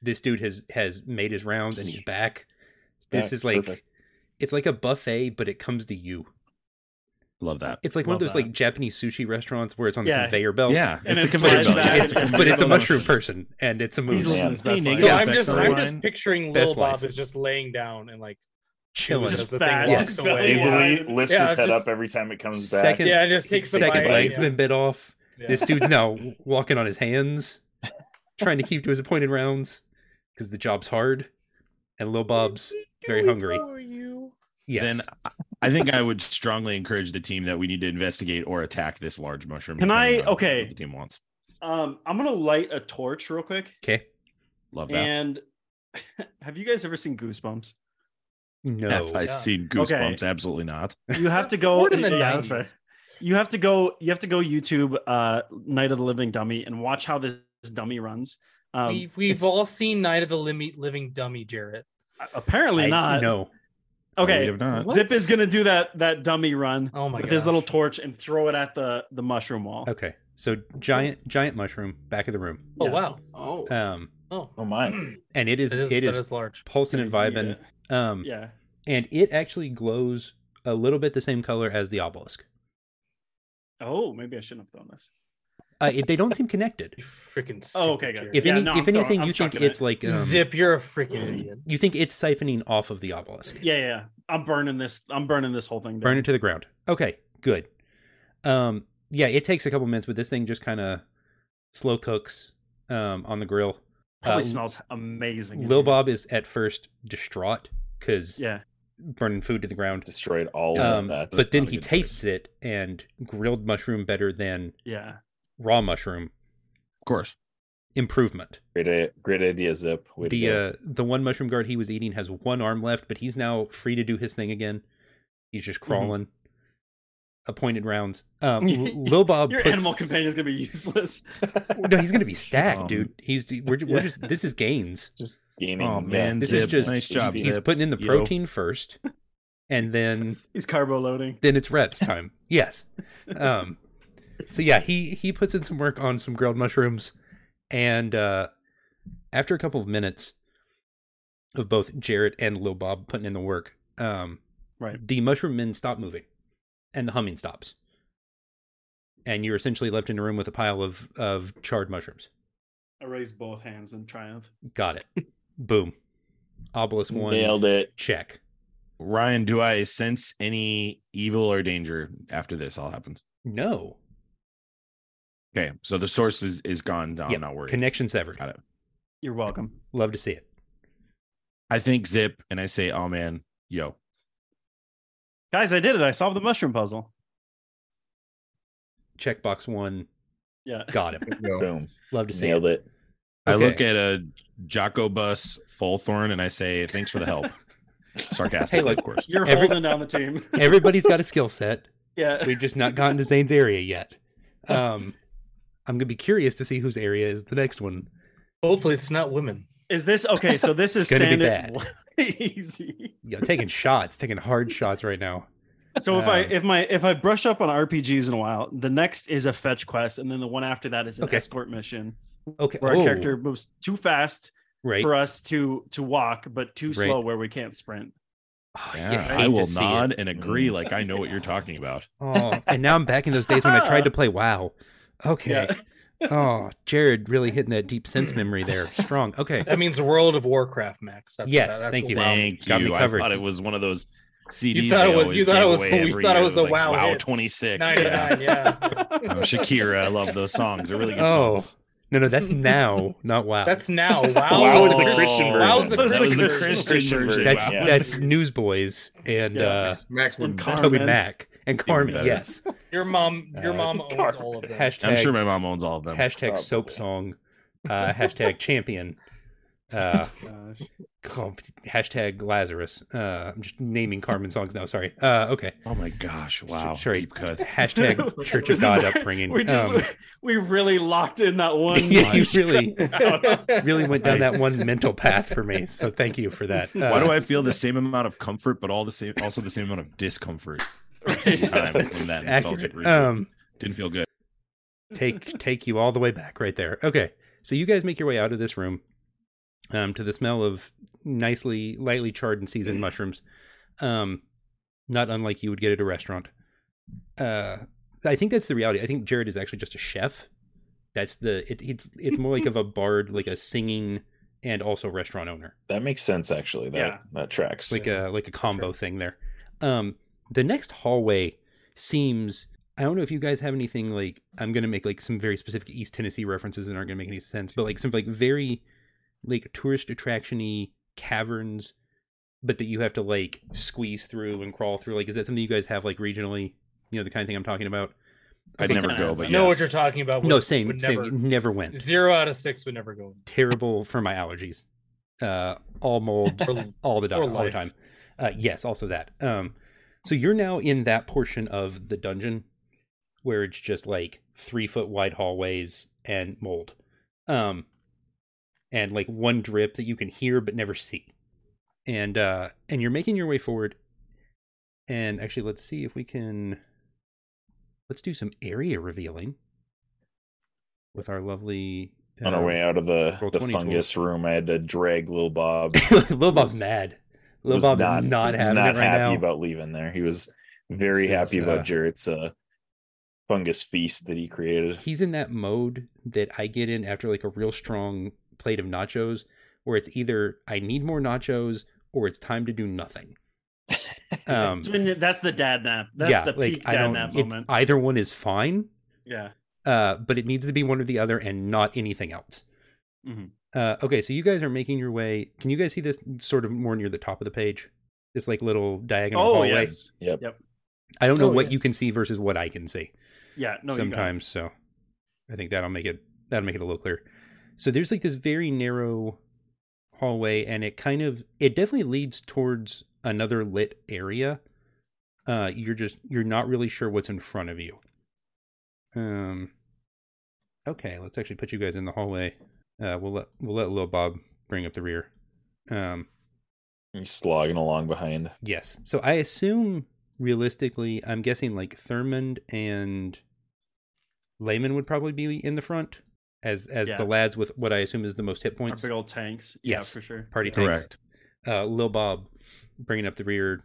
S1: This dude has has made his rounds and he's back.
S2: It's
S1: This
S2: back.
S1: is like
S2: Perfect.
S1: it's like a buffet, but it comes to you.
S6: Love that.
S1: It's like one
S3: Love
S1: of those
S3: that.
S1: like Japanese sushi restaurants where it's on the
S3: Yeah.
S1: conveyor belt.
S6: yeah,
S3: and
S6: it's a
S3: it
S6: conveyor
S3: slides
S6: belt.
S3: back.
S6: It's a conveyor
S1: But it's a
S6: belt.
S1: mushroom person and it's a movie.
S3: He's
S2: Yeah.
S3: living his best
S6: Hey,
S3: life.
S6: nigga.
S4: So
S6: Yeah,
S4: I'm
S6: effects
S4: just
S6: on
S4: I'm
S6: the
S4: just
S6: line.
S4: picturing Lil
S1: Best
S4: Bob
S1: life.
S4: is just laying down and like
S1: Chilling.
S4: as
S3: Just
S4: the thing
S3: fat.
S4: walks
S3: Yes.
S4: away.
S3: Basically.
S2: Easily
S3: Yeah.
S2: lifts
S4: Yeah,
S2: his head
S4: just-
S2: up every time it comes back.
S1: Second-
S4: Yeah, it just takes the
S1: Second
S4: bite.
S1: leg's
S4: yeah.
S1: been bit off.
S4: Yeah.
S1: This dude's now walking on his hands, trying to keep to his appointed rounds because the job's hard, and Lil Bob's very
S4: Do it
S1: hungry.
S4: for you.
S1: yes.
S6: Then I think I would strongly encourage the team that we need to investigate or attack this large mushroom.
S3: Can I-
S6: depending on
S3: okay.
S6: what The team wants.
S3: Um, I'm gonna light a torch real quick.
S1: okay.
S6: Love that.
S3: And have you guys ever seen Goosebumps?
S6: Have I
S1: No.
S6: seen goosebumps? Absolutely not.
S3: You have to go.
S4: Born in the
S3: yeah, that's
S4: 90s.
S3: right. You have to go. You have to go YouTube uh, Night of the Living Dummy and watch how this dummy runs. Um,
S4: we've we've
S3: it's-
S4: all seen Night of the Lim- Living Dummy, Jarrett.
S3: apparently
S1: I-
S3: not.
S1: No.
S6: We
S3: Okay,
S6: have not.
S4: What?
S3: Zip is gonna do that that dummy run
S4: Oh my
S3: with
S4: god.
S3: his little torch and throw it at the the mushroom wall.
S1: Okay. So giant, giant mushroom, back of the room.
S4: Oh
S3: Yeah.
S4: wow.
S8: Oh,
S1: Um,
S4: Oh.
S2: Oh my.
S1: and it is,
S4: It is,
S1: it
S4: that
S1: is,
S4: is large.
S1: pulsing and
S3: Gonna eat
S1: vibing. Um,
S3: Yeah.
S1: and it actually glows a little bit the same color as the obelisk.
S3: Oh, maybe I shouldn't have done this.
S1: Uh, it, they don't seem connected.
S4: You freaking stupid.
S3: Oh, okay, good.
S4: Jarrett.
S1: If
S3: Yeah,
S1: any,
S3: no, I'm
S1: if anything, you
S3: throwing- I'm
S1: think
S3: chucking
S1: it's
S3: it.
S1: like um,
S4: Zip, you're a freaking idiot.
S1: You think it's siphoning off of the obelisk?
S3: Yeah, yeah. yeah. I'm burning this. I'm burning this whole thing. Down.
S1: burn it to the ground okay good um yeah it takes a couple minutes but this thing just kind of slow cooks um on the grill
S3: Probably
S1: Uh,
S3: smells amazing. in
S1: lil
S3: here.
S1: bob is at first distraught because
S3: Yeah.
S1: burning food to the ground
S2: Destroyed all of
S1: um
S2: that.
S1: but then
S6: not a
S1: he
S6: good
S1: tastes it and grilled mushroom better than
S3: Yeah.
S1: raw mushroom
S6: Of course.
S1: improvement
S2: Great, i- great idea, Zip. Way to
S1: the
S2: go.
S1: uh the one mushroom guard he was eating has one arm left but he's now free to do his thing again he's just crawling appointed rounds um lil bob
S3: Your
S1: puts-
S3: animal companion is gonna be useless.
S1: no, he's gonna be stacked,
S6: Um,
S1: dude. He's we're,
S2: yeah.
S1: we're just this is gains.
S2: just gaming.
S6: Oh man,
S1: This
S6: Zip,
S1: is just-
S6: nice job.
S2: he's-
S1: He's
S6: Zip.
S1: putting in the
S6: you know.
S1: protein first, and then
S3: He's carbo loading.
S1: then it's reps time. Yes. Um. So yeah, he he puts in some work on some grilled mushrooms, and uh, after a couple of minutes of both Jarrett and Lil Bob putting in the work, um,
S3: Right.
S1: the mushroom men stop moving, and the humming stops, and you're essentially left in a room with a pile of of charred mushrooms.
S3: I raise both hands in triumph.
S1: Got it. Boom. Obelisk one.
S2: Nailed it.
S1: Check.
S6: Ryan, do I sense any evil or danger after this all happens?
S1: No.
S6: Okay, so the source is, is gone. No,
S1: Yep,
S6: I'm not worried.
S1: Connection severed.
S6: Got it.
S3: You're welcome.
S1: Love to see it.
S6: I think Zip, and I say, "Oh man, yo,
S3: Guys, I did it. I solved the mushroom puzzle.
S1: Checkbox one.
S3: Yeah.
S1: Got him.
S7: No.
S2: Boom.
S1: Love to see
S2: Nailed it.
S6: I look
S1: Okay.
S6: at a Jocko Bus Fulthorn and I say, "Thanks for the help." Sarcastically,
S1: look,
S6: of course.
S3: You're
S1: Every-
S3: holding down the team.
S1: Everybody's got a skill set.
S3: yeah.
S1: We've just not gotten to Zane's area yet. Um, I'm gonna be curious to see whose area is the next one.
S4: Hopefully it's not women.
S3: Is this okay? So this
S1: It's
S3: is
S1: gonna be
S3: standard. Easy.
S1: Yeah, taking shots, taking hard shots right now.
S3: So if I
S1: Um,
S3: if my if I brush up on RPGs in a while, the next is a fetch quest, and then the one after that is an
S1: Okay.
S3: escort mission
S1: Okay.
S3: where
S1: oh,
S3: our character moves too fast
S1: right.
S3: for us to to walk, but too
S1: Right.
S3: slow where we can't sprint.
S1: Oh,
S6: Yeah,
S1: yeah,
S6: I
S1: hate to
S6: will
S1: see it.
S6: nod and agree,
S2: Mm.
S6: like I know what you're talking about.
S1: Oh, and now I'm back in those days when I tried to play WoW. Okay.
S3: Yeah.
S1: oh, Jared really hitting that deep sense memory there. Strong. Okay.
S4: That means World of Warcraft, Max. That's what
S1: Yes,
S4: that- that's
S1: thank
S4: what-
S1: you.
S4: Wow.
S6: Thank
S1: Got me
S6: you. I
S1: covered.
S6: thought it was one of those CDs.
S4: thought it
S6: they
S4: was- you
S6: always
S4: thought it
S6: gave
S4: was-
S6: away
S4: you
S6: every
S4: thought it
S6: year.
S4: was the Wow
S6: Wow
S4: hits.
S6: 26. Yeah.
S4: 99, yeah.
S6: Oh, Shakira, I love those songs. They're really good
S1: Oh.
S6: songs.
S1: No, no, that's now, not WoW.
S4: That's now. Wow.
S2: Wow is the Christian version.
S4: Wow's the
S6: That was
S4: Christian
S6: the
S4: version.
S6: Christian version.
S1: that's
S6: Wow.
S2: yeah.
S1: that's Newsboys and
S3: Yeah.
S1: uh,
S7: Max would
S3: And
S7: not-
S1: Toby
S3: Carmen.
S1: Mack and Carmen.
S6: better.
S1: Yes.
S4: Your mom, your
S6: Uh,
S4: mom owns all of them.
S1: Hashtag
S6: I'm sure my mom owns all of them.
S1: hashtag soap
S2: Probably.
S1: song. Uh, hashtag champion. Uh,
S3: Gosh.
S1: com- hashtag Lazarus. Uh, I'm just naming Carmen songs now. Sorry. Uh, okay.
S6: Oh my gosh! Wow.
S1: Sorry.
S6: Deep cut.
S1: Hashtag Church of
S3: This is
S1: God
S3: where
S1: upbringing.
S3: We just
S1: Um,
S3: we really locked in that one.
S1: yeah, you
S6: Nice.
S1: really
S3: Out.
S1: really went down that one mental path for me. So thank you for that. Uh,
S6: Why do I feel the same amount of comfort, but all the same, also the same amount of discomfort? at the same time
S1: that's
S6: from that nostalgic
S1: accurate.
S6: reach?
S1: Um,
S6: Didn't feel good.
S1: take take you all the way back right there. Okay, so you guys make your way out of this room, um, to the smell of nicely lightly charred and seasoned mushrooms, um, not unlike you would get at a restaurant. uh, I think that's the reality. I think Jared is actually just a chef. That's the it, it's it's more like of a bard, like a singing and also restaurant owner,
S2: That makes sense, actually. That
S3: Yeah.
S2: that tracks.
S1: It's like a like a combo
S4: Tracks.
S1: thing there. Um, the next hallway seems. I don't know if you guys have anything like I'm gonna make like some very specific East Tennessee references and aren't gonna make any sense, but like some like very like tourist attractiony caverns, but that you have to like squeeze through and crawl through. Like, is that something you guys have like regionally? You know, the kind of thing I'm talking about.
S6: I'd never go,
S3: I
S6: but
S4: know what
S6: yes.
S4: you're talking about.
S1: no,
S4: would-
S1: same,
S4: would
S1: same.
S4: never-
S1: Never went.
S4: Zero out of six would never go.
S1: Terrible for my allergies. Uh, all mold,
S4: Or-
S1: all the
S4: or
S1: time, all the
S4: life.
S1: time. Uh, yes, also that. Um, so you're now in that portion of the dungeon where it's just like three foot wide hallways and mold, um, and like one drip that you can hear but never see, and uh, and you're making your way forward. And actually, let's see if we can. Let's do some area revealing with our lovely.
S2: on our
S1: uh,
S2: way out of the,
S1: roll
S2: the
S1: 20
S2: fungus room, I had to drag little Bob.
S1: Lil Bob's
S2: was-
S1: mad. Lil
S2: was
S1: Bob is not
S2: was
S1: having
S2: not
S1: it right
S2: happy
S1: now.
S2: about leaving there. He was very
S1: This
S2: happy
S1: is, uh,
S2: about Jarrett's uh, fungus feast that he created.
S1: He's in that mode that I get in after like a real strong plate of nachos, where it's either I need more nachos or it's time to do nothing. Um,
S3: It's when- that's the dad nap. That's
S1: yeah,
S3: the
S1: like
S3: peak
S1: I
S3: dad
S1: don't.
S3: nap
S1: it's-
S3: moment.
S1: either one is fine,
S3: yeah.
S1: uh, but it needs to be one or the other and not anything else.
S3: Mhm.
S1: Uh, okay, so you guys are making your way. Can you guys see this sort of more near the top of the page? This like little diagonal
S3: Oh
S1: hallway.
S3: yes.
S2: Yep.
S1: I don't know
S4: Oh,
S1: what
S4: yes.
S1: you can see versus what I can see.
S3: Yeah. No. you got it.
S1: sometimes. So I think that'll make it that'll make it a little clearer. So there's like this very narrow hallway, and it kind of it definitely leads towards another lit area. Uh, you're just you're not really sure what's in front of you. Um. Okay, let's actually put you guys in the hallway. Uh, we'll let we'll let little Bob bring up the rear. Um.
S2: He's slogging along behind.
S1: Yes. So I assume realistically, I'm guessing like Thurmond and Layman would probably be in the front as as
S3: Yeah.
S1: the lads with what I assume is the most hit
S3: Our
S1: points.
S3: big old tanks. Yeah,
S1: Yes.
S3: for sure.
S1: Party tanks.
S6: Correct.
S1: Uh, Lil Bob bringing up the rear,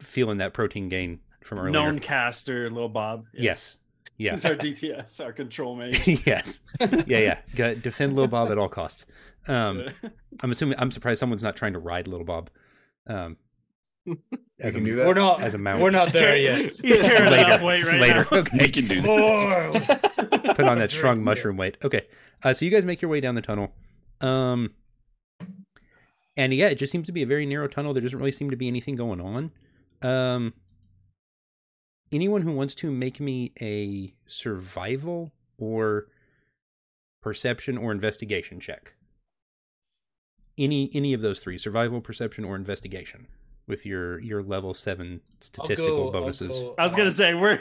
S1: feeling that protein gain from earlier.
S3: Known caster, little Bob.
S1: Yes. Yeah.
S3: He's our DPS, our control mage.
S1: yes. Yeah. Yeah. Go- Defend Lil Bob at all costs. Um, I'm assuming. I'm surprised someone's not trying to ride Lil Bob. Um,
S7: You
S1: as
S7: can
S1: a,
S7: do that.
S4: We're not.
S1: as a mount.
S4: We're not there yet.
S3: He's carrying
S1: Later.
S3: enough weight right
S1: later.
S3: now.
S1: Okay.
S6: We can do that.
S4: Lord.
S1: put on that
S4: Sure,
S1: strong
S4: yes.
S1: mushroom weight. Okay, uh, so you guys make your way down the tunnel, um, and yeah, it just seems to be a very narrow tunnel. There doesn't really seem to be anything going on. Um, anyone who wants to make me a survival or perception or investigation check, any any of those three, survival, perception, or investigation, with your your level seven statistical
S4: I'll go- I'll
S1: bonuses.
S4: go-
S3: I was gonna say we're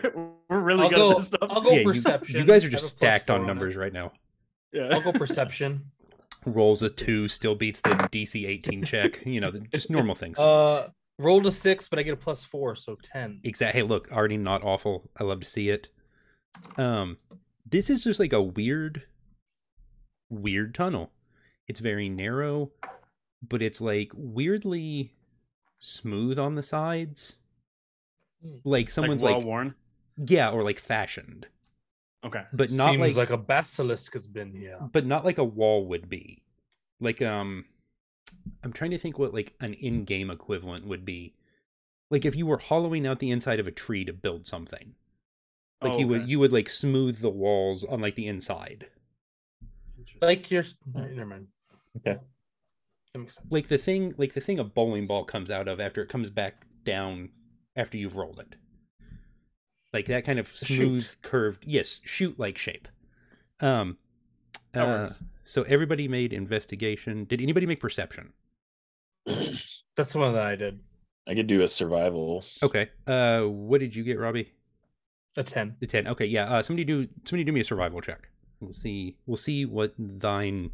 S3: we're really
S4: I'll
S3: good
S4: go-
S3: at this stuff.
S4: I'll go
S1: Yeah, you-
S4: perception.
S1: You, guys
S4: I
S1: are
S4: have a
S1: just
S4: plus
S1: stacked
S4: four
S1: on
S4: it.
S1: numbers right now.
S3: yeah.
S4: I'll go perception.
S1: rolls a two, still beats the DC 18 check. You know, just normal things.
S4: Uh, rolled a six, but I get a plus four, so ten.
S1: Exact. Hey, look, already not awful. I love to see it. Um, this is just like a weird, weird tunnel. It's very narrow, but it's like weirdly smooth on the sides.
S4: Hmm.
S1: Like someone's
S3: well
S1: like,
S3: worn.
S1: yeah, or like fashioned,
S3: Okay.
S1: but not
S4: Seems
S1: like
S4: like... a basilisk has been here.
S1: but not like a wall would be like um i'm trying to think what like an in-game equivalent would be like if you were hollowing out the inside of a tree to build something like
S3: Oh,
S1: you would
S3: okay.
S1: you would like smooth the walls on like the inside
S4: Like you're. Never mind.
S2: Okay.
S4: That makes sense.
S1: like the thing like the thing a bowling ball comes out of after it comes back down after you've rolled it like that kind of
S4: shoot.
S1: smooth curved yes shoot like shape um
S3: That
S1: uh,
S3: works.
S1: so everybody made investigation did anybody make perception
S4: that's the one that I did.
S2: I could do a survival.
S1: Okay. Uh, what did you get, Robbie?
S4: A ten.
S1: The ten. Okay, yeah. Uh, somebody do somebody do me a survival check. We'll see. We'll see what thine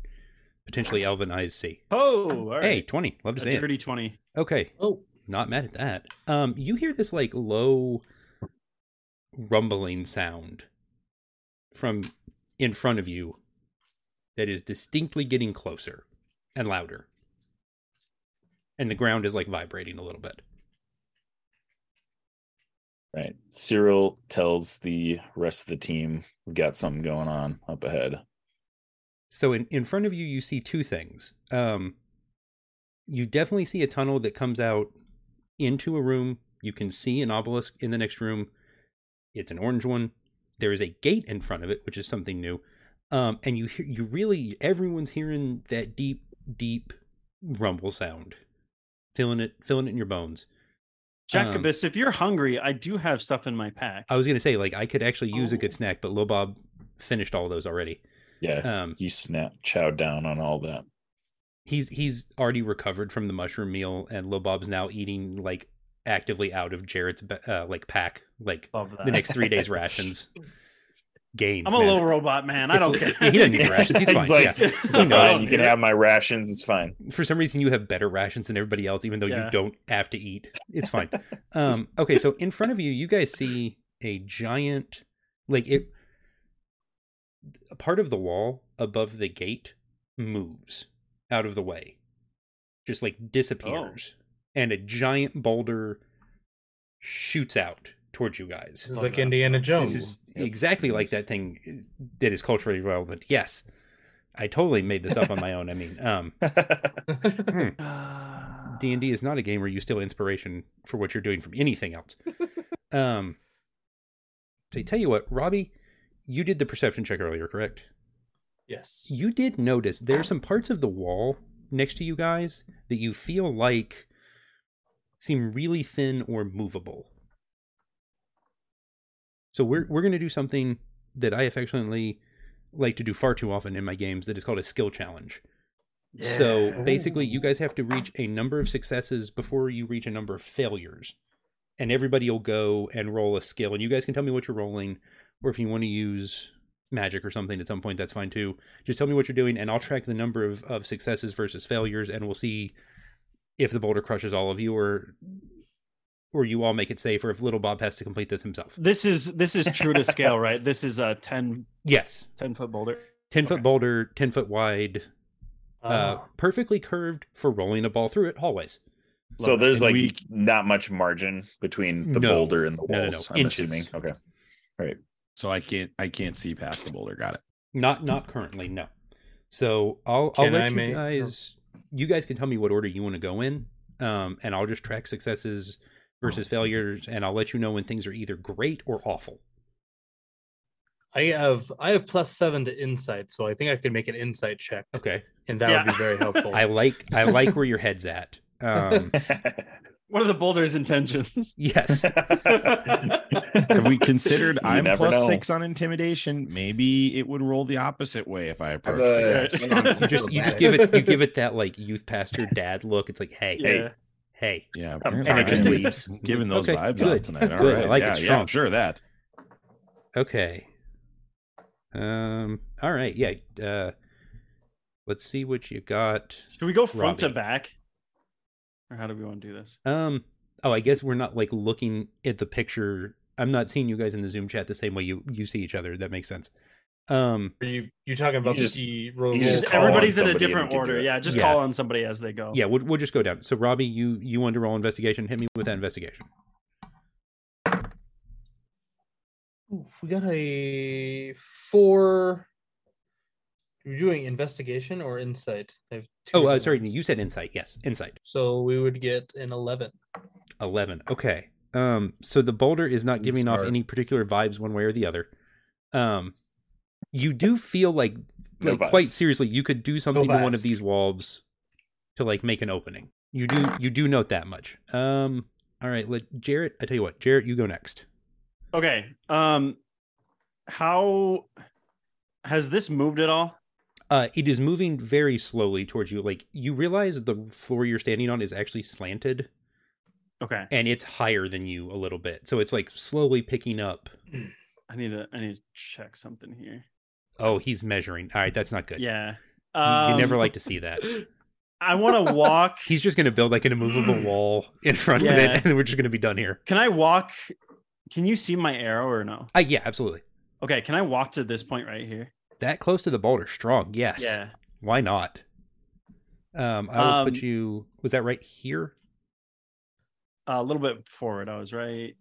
S1: potentially elven eyes see.
S3: Oh, all right.
S1: Hey, twenty. Love to see
S3: a
S1: it.
S3: dirty twenty.
S1: Okay.
S4: Oh.
S1: Not mad at that. Um, you hear this like low rumbling sound from in front of you that is distinctly getting closer and louder. And the ground is like vibrating a little bit.
S2: Right. Cyril tells the rest of the team we've got something going on up ahead.
S1: So in, in front of you, you see two things. Um, you definitely see a tunnel that comes out into a room. You can see an obelisk in the next room. It's an orange one. There is a gate in front of it, which is something new. Um, and you hear, you really everyone's hearing that deep, deep rumble sound, feeling it, feeling it in your bones. Um,
S3: Jacobus, if you're hungry, I do have stuff in my pack.
S1: I was gonna say like I could actually use a good snack, but Lil Bob finished all those already.
S2: Yeah.
S1: Um,
S2: he snapped chowed down on all that.
S1: he's he's already recovered from the mushroom meal, and Lil Bob's now eating like actively out of Jarrett's ba- uh, like pack, like
S3: Love that.
S1: the next three days rations. Gains.
S3: I'm a
S1: man.
S3: little robot man. I don't
S1: It's-
S3: care.
S1: he doesn't need rations. He's
S2: It's
S1: fine.
S2: like-
S1: yeah.
S2: It's like,
S1: No,
S2: "Fine,
S1: I
S2: you can have my rations. It's fine.
S1: for some reason you have better rations than everybody else, even though
S3: Yeah.
S1: you don't have to eat. It's fine. um, okay, so in front of you, you guys see a giant, like it, a part of the wall above the gate moves out of the way, just like disappears,
S4: Oh.
S1: and a giant boulder shoots out towards you guys.
S4: This is
S3: Love
S4: like
S3: that.
S4: Indiana Jones.
S1: This is exactly like that thing that is culturally relevant. Yes, I totally made this up on my own. I mean, um, D and D is not a game where you steal inspiration for what you're doing from anything else. um, so I tell you what, Robbie, you did the perception check earlier, correct?
S4: yes.
S1: You did notice there are some parts of the wall next to you guys that you feel like seem really thin or movable. So we're we're gonna do something that I affectionately like to do far too often in my games that is called a skill challenge. So basically, you guys have to reach a number of successes before you reach a number of failures. And everybody will go and roll a skill. And you guys can tell me what you're rolling, or if you want to use magic or something at some point, that's fine too. Just tell me what you're doing, and I'll track the number of, of successes versus failures, and we'll see if the boulder crushes all of you or or you all make it safe, or if little Bob has to complete this himself.
S3: This is this is true to scale, right? This is a 10,
S1: Yes.
S3: 10 foot boulder.
S1: 10 foot boulder, 10 foot wide,
S4: Uh,
S1: uh, perfectly curved for rolling a ball through it, always.
S2: so
S6: Love it.
S2: there's
S6: And
S2: like
S6: we-
S2: not much margin between the
S1: No.
S2: boulder and the
S1: No, no, no.
S2: walls. I'm
S1: Inches.
S2: assuming. Okay.
S6: So I can't I can't see past the boulder. Got it.
S1: Not not currently, no. So I'll I'll
S4: Can
S1: let
S4: I
S1: you
S4: make-
S1: guys you guys can tell me what order you want to go in. Um and I'll just track successes
S4: Oh.
S1: versus failures and I'll let you know when things are either great or awful.
S4: I have I have plus seven to insight, so I think I could make an insight check,
S1: Okay.
S4: and that
S3: Yeah.
S4: would be very helpful.
S1: I like I like where your head's at. Um
S3: What are the boulder's intentions?
S1: yes.
S6: Have we considered
S2: You
S6: I'm
S2: never
S6: plus
S2: know.
S6: six on intimidation? Maybe it would roll the opposite way if I approached
S7: The-
S6: it.
S1: You just you just give it you give it that like youth pastor dad look. It's like, hey,
S2: Hey.
S1: hey.
S6: Yeah,
S2: I'm
S6: apparently
S2: And it just
S6: I'm
S1: leaves.
S6: Giving those
S1: Okay,
S6: vibes
S1: good.
S6: out tonight. All
S1: Good, I
S6: right,
S1: like it
S6: yeah, yeah,
S1: strong.
S6: I'm sure of that.
S1: Okay. Um all right, yeah. Uh let's see what you got.
S3: Should we go front to
S1: Robbie.
S3: back? Or how do we want to do this?
S1: Um. Oh, I guess we're not like looking at the picture. I'm not seeing you guys in the Zoom chat the same way you you see each other. That makes sense. Um.
S4: Are you you talking about
S2: just-
S4: the roll?
S2: you
S4: roll
S2: just
S3: Just
S2: call
S4: call?
S3: everybody's
S2: on
S3: in a
S2: somebody and
S3: different
S2: we can do
S3: order.
S2: it.
S3: Yeah, just
S1: Yeah.
S3: call on somebody as they go.
S1: Yeah, we'll we'll just go down. So Robbie, you you want to roll investigation? Hit me with that investigation.
S4: Oof, we got a four. You're doing investigation or insight? I have two
S1: Oh, uh,
S4: different
S1: sorry,
S4: ones.
S1: you said insight. Yes, insight.
S4: So we would get an eleven.
S1: Eleven. Okay. Um. So the boulder is not
S6: Good
S1: giving off
S6: start.
S1: any particular vibes one way or the other. Um. You do feel like,
S2: No
S1: like quite
S2: vibes.
S1: seriously, you could do something to one of
S4: vibes.
S1: these walls to like make an opening. You do you do note that much. Um. All right. Let Jarrett. I tell you what, Jarrett, you go next.
S3: Okay. Um how has this moved at all?
S1: Uh, it is moving very slowly towards you. Like you realize the floor you're standing on is actually slanted,
S3: Okay.
S1: and it's higher than you a little bit. So it's like slowly picking up.
S3: I need to I need to check something here.
S1: Oh, he's measuring. All right, that's not good.
S3: Yeah.
S1: You- you never
S3: Um,
S1: like to see that.
S3: I want to walk.
S1: He's just going to build like an immovable wall in front of
S3: Yeah.
S1: it, and we're just going to be done here.
S3: Can I walk? Can you see my arrow or no?
S1: Uh, yeah, absolutely.
S3: Okay, can I walk to this point right here?
S1: That close to the boulder, strong. Yes.
S3: Yeah.
S1: Why not? Um, I will
S3: Um,
S1: put you. Was that right here?
S3: a little bit forward. I was right.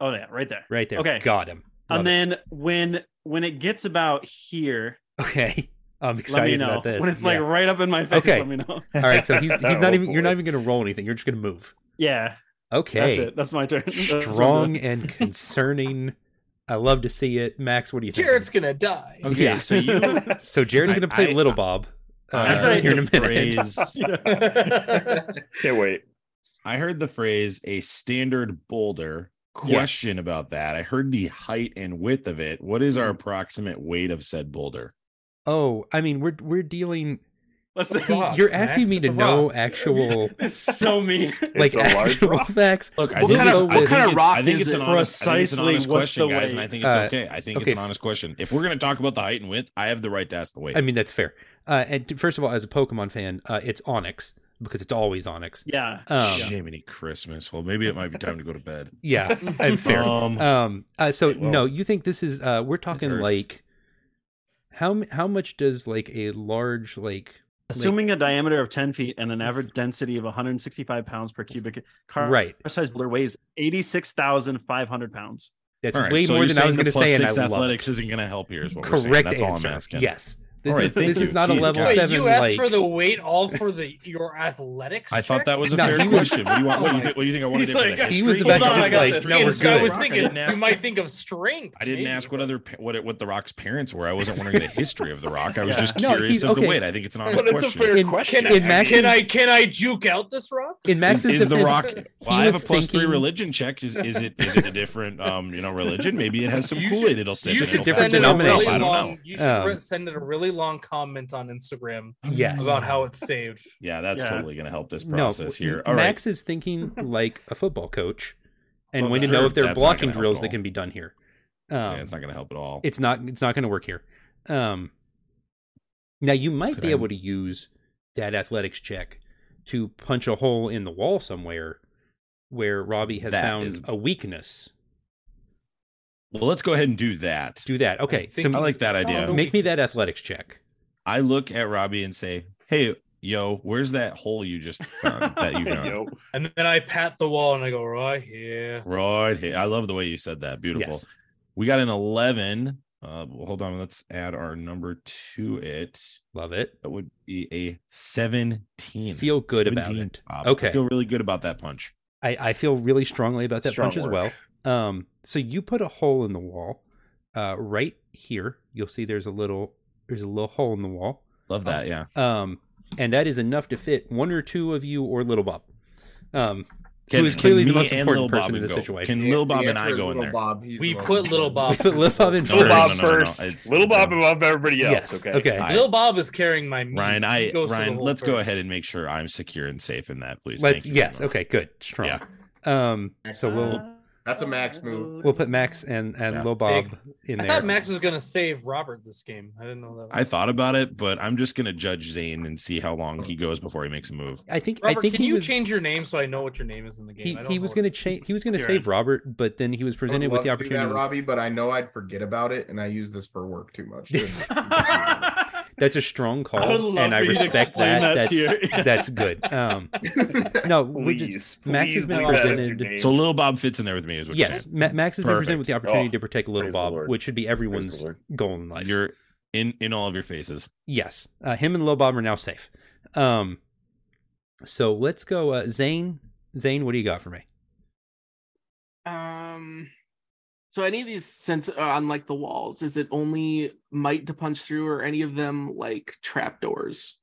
S3: Oh yeah, right there.
S1: Right there.
S3: Okay.
S1: Got him. Love
S3: and
S1: it.
S3: then when when it gets about here,
S1: Okay. I'm excited
S3: let me know.
S1: about this.
S3: When it's
S1: Yeah.
S3: like right up in my face,
S1: Okay.
S3: let me know.
S1: All right, so he's he's not
S6: Oh,
S1: even you're
S6: boy.
S1: not even gonna roll anything. You're just gonna move.
S3: Yeah,
S1: Okay.
S3: that's it. That's my turn. That's what I'm doing.
S1: Strong and concerning. I love to see it. Max, what do you think?
S4: Jared's gonna die.
S6: Okay,
S1: Yeah.
S6: so you
S1: So Jared's
S6: I-
S1: gonna play
S6: I-
S1: Little Bob. Uh,
S6: I
S3: That's right.
S6: heard
S1: here in a
S6: the
S1: minute.
S6: phrase
S2: Can't wait.
S6: I heard the phrase a standard boulder. Question about that. I heard the height and width of it. What is
S1: Mm.
S6: our approximate weight of said boulder?
S1: Oh, I mean, we're we're dealing.
S3: Let's
S4: It's a
S1: See,
S3: see.
S4: rock,
S1: you're asking
S4: Max.
S1: me
S4: It's
S1: to
S4: a
S1: know
S4: rock.
S1: actual
S3: It's so mean.
S1: like
S2: It's a large
S1: actual
S2: rock.
S1: facts.
S6: Look, I
S1: What
S6: think
S1: kind
S6: it's,
S1: of-
S6: I
S1: what
S6: think
S8: kind of
S6: it's-
S8: rock
S6: I think
S8: is
S6: it's an
S8: it?
S6: honest, I think it's an
S3: Precisely,
S6: honest
S3: what's
S6: question,
S3: the
S6: guys, and
S3: weight?
S6: I think it's
S1: Uh,
S6: okay. I think
S1: okay.
S6: it's an honest question. If we're going to talk about the height and width, I have the right to ask the weight.
S1: I mean, that's fair. Uh, and t- first of all, as a Pokemon fan, uh, it's Onyx because it's always Onyx.
S3: Yeah.
S1: Um,
S3: yeah.
S6: Jiminy Christmas. Well, maybe it might be time to go to bed.
S1: Yeah, I'm fair.
S6: Um,
S1: um uh, so
S6: well,
S1: no you think this is uh we're talking
S6: hurt.
S1: like how m- how much does like a large like
S3: Assuming a diameter of 10 feet and an average density of 165 pounds per cubic car,
S1: right
S3: size boulder weighs 86,500 pounds.
S1: that's
S6: all right,
S1: way
S6: so
S1: more
S6: you're
S1: than i
S6: saying
S1: was
S6: the
S1: going to
S6: plus
S1: say and i
S6: six
S1: love it.
S6: athletics isn't going to help here. Is what we're saying.
S1: correct
S6: That's
S1: answer
S6: all I'm asking.
S1: yes this
S6: All right,
S1: is
S6: thank
S1: this is
S6: you.
S1: not a
S6: Jesus,
S1: level
S6: guys.
S4: Wait,
S1: seven
S4: you asked
S1: like
S4: for the weight all for the your athletics.
S6: I thought
S4: check?
S6: that was a
S1: No,
S6: fair
S1: he was-
S6: question. What do you want? What do you think? What do you think I wanted?
S4: He's
S6: it for
S4: like,
S6: the
S1: He was
S6: history?
S1: about to
S4: Hold on,
S1: just
S4: I got
S1: like,
S4: this.
S1: no, we're
S4: Ian, so I
S1: good.
S4: was
S6: I
S4: thinking
S6: didn't ask-
S4: you might think of strength.
S6: I didn't
S4: maybe.
S6: ask what other pa- what it- what the rock's parents were. I wasn't wondering the history of the rock. I was
S3: Yeah.
S6: just
S1: No,
S6: curious
S1: he's-
S6: of
S1: okay.
S6: the weight. I think it's an honest
S2: But it's a
S6: question.
S2: fair
S1: In-
S2: question.
S1: in Max's-
S2: mean,
S4: Can I can I juke out this rock?
S1: in
S6: Is,
S1: max's
S6: is the
S1: defense,
S6: rock? Well, I have a
S1: was
S6: plus three
S1: thinking-
S6: religion check. Is, is it is it a different um you know religion? Maybe it has some
S4: You
S6: Kool Aid. It'll sit.
S4: you
S6: in.
S4: should
S6: It'll
S4: send
S6: fix
S4: in
S1: it
S4: a
S1: nominate.
S6: itself.
S4: really
S6: I don't
S4: long.
S6: know.
S4: You should
S1: Um,
S4: re- send in a really long comment on Instagram
S1: yes
S4: about how it's saved.
S6: Yeah, that's
S3: Yeah.
S6: totally going to help this
S1: No,
S6: process here. All right.
S1: max is thinking like a football coach and
S4: Well,
S1: when to
S6: sure,
S1: know if there are
S6: that's not gonna
S1: blocking
S6: help
S1: drills
S6: at
S1: that
S6: all.
S1: can be done here
S6: Yeah,
S1: um
S6: it's not going to help at all.
S1: it's not it's not going to work here um now you might
S6: Could
S1: be
S6: I-
S1: able to use that athletics check to punch a hole in the wall somewhere where robbie has
S6: That
S1: found
S6: is-
S1: a weakness
S6: well, let's go ahead and do that.
S1: do that okay so
S4: think-
S6: I like that idea.
S4: no,
S1: make me that
S4: weakness.
S1: athletics check
S6: I look at Robbie and say, "Hey, yo, where's that hole you just found that you found?"
S2: Yo,
S4: And then I pat the wall and I go right here.
S6: right here. I love the way you said that. Beautiful.
S1: Yes.
S6: We got an eleven. Uh, well, hold on. Let's add our number to it.
S1: love it
S6: That would be a seventeen.
S1: Feel good about it.
S6: Bob.
S1: Okay.
S6: I feel really good about that punch.
S1: I, I feel really strongly about that
S2: Strong
S1: punch as
S2: work.
S1: well. Um, so you put a hole in the wall, uh, right here. You'll see there's a little there's a little hole in the wall,
S6: Love that. Yeah.
S1: um, and that is enough to fit one or two of you or Little Bob, um,
S6: Can-
S1: who is clearly
S6: can
S1: the
S6: me
S1: most
S6: and
S1: important
S6: Lil Bob
S1: person in this
S6: go?
S1: situation.
S6: Can
S7: The-
S6: Lil Bob
S7: the
S6: and I
S7: answer is
S6: go in
S7: Little
S6: there?
S7: Bob. He's
S4: We
S7: the
S4: put
S7: most
S4: Little Bob
S1: We put Lil Bob in
S6: No,
S2: Little
S6: no,
S2: Bob
S6: no, no, no, no.
S2: first.
S6: It's-
S2: Little Bob
S6: no.
S2: above everybody else.
S1: yes.
S2: Okay.
S1: Okay.
S6: I-
S4: Lil Bob is carrying my meat.
S6: Ryan,
S4: He
S6: I
S4: goes to the
S6: Ryan,
S4: hole
S6: let's go
S4: first.
S6: ahead and make sure I'm secure and safe in that, please.
S1: Let's
S6: Thank you very
S1: yes.
S6: much.
S1: Okay. Good. Strong.
S6: Yeah.
S1: Um. So
S3: Uh,
S1: we'll
S7: That's a max move.
S1: we'll put Max and and
S6: Yeah.
S1: Lil Bob in
S4: I
S1: there.
S4: thought Max was gonna save Robert this game. I didn't know that.
S6: I thought about it, but I'm just gonna judge Zane and see how long he goes before he makes a move.
S1: I think
S4: Robert,
S1: I think
S4: can
S1: he
S4: you
S1: was,
S4: change your name so I know what your name is in the game?
S1: He,
S4: I don't
S1: he
S4: know
S1: was
S4: what-
S1: going to change. He was going to
S3: You're
S1: save
S3: right.
S1: Robert, but then he was
S7: I would
S1: presented with
S7: love
S1: the
S7: to do
S1: opportunity.
S7: that, Robbie, but I know I'd forget about it, and I use this for work too much.
S1: That's a strong call,
S3: I would love
S1: and I
S3: for you to
S1: respect
S3: explain
S1: that.
S3: that to
S1: that's
S3: you.
S1: that's good. Um, no, we
S2: Please,
S1: just,
S2: please
S1: Max has been
S2: leave that as your
S1: presented-
S2: name.
S6: So Lil Bob fits in there with me, is what
S1: yes, Ma- Max has been presented with the opportunity
S2: Oh,
S1: to protect Little
S2: praise the
S1: Bob,
S2: Lord.
S1: which should be
S2: Praise
S1: everyone's
S2: the Lord.
S1: goal in
S6: you're
S1: life.
S6: saying. You're in in all of your faces.
S1: yes, uh, him and Little Bob are now safe. Um, so let's go, uh, Zane. Zane, what do you got for me?
S8: Um, so any of these sense uh, on like the walls, is it only might to punch through, or any of them like trapdoors?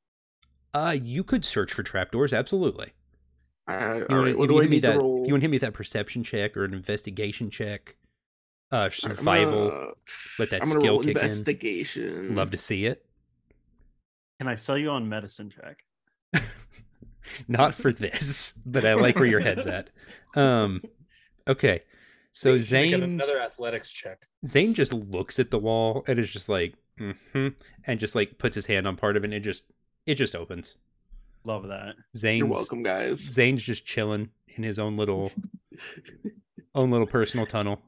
S1: Uh, you could search for trapdoors, absolutely.
S8: All right,
S1: You
S8: all
S1: wanna-
S8: right. What
S1: you
S8: do I
S1: wanna hit me
S8: need
S1: that,
S8: to roll?
S1: If you want to hit me with that perception check or an investigation check, uh,
S8: All right, I'm
S1: survival,
S8: gonna-
S1: let that
S8: I'm gonna
S1: skill
S8: roll
S1: kick in.
S8: investigation.
S1: love to see it.
S3: Can I sell you on medicine, Jack?
S1: Not for this, but I like where your head's at. Um, okay, so
S4: You should make it
S1: Zane
S4: another athletics check.
S1: Zane just looks at the wall and is just like, mm-hmm, and just like puts his hand on part of it. and It just it just opens.
S3: Love that.
S1: Zane's
S8: You're welcome, guys.
S1: Zane's just chilling in his own little own little personal tunnel.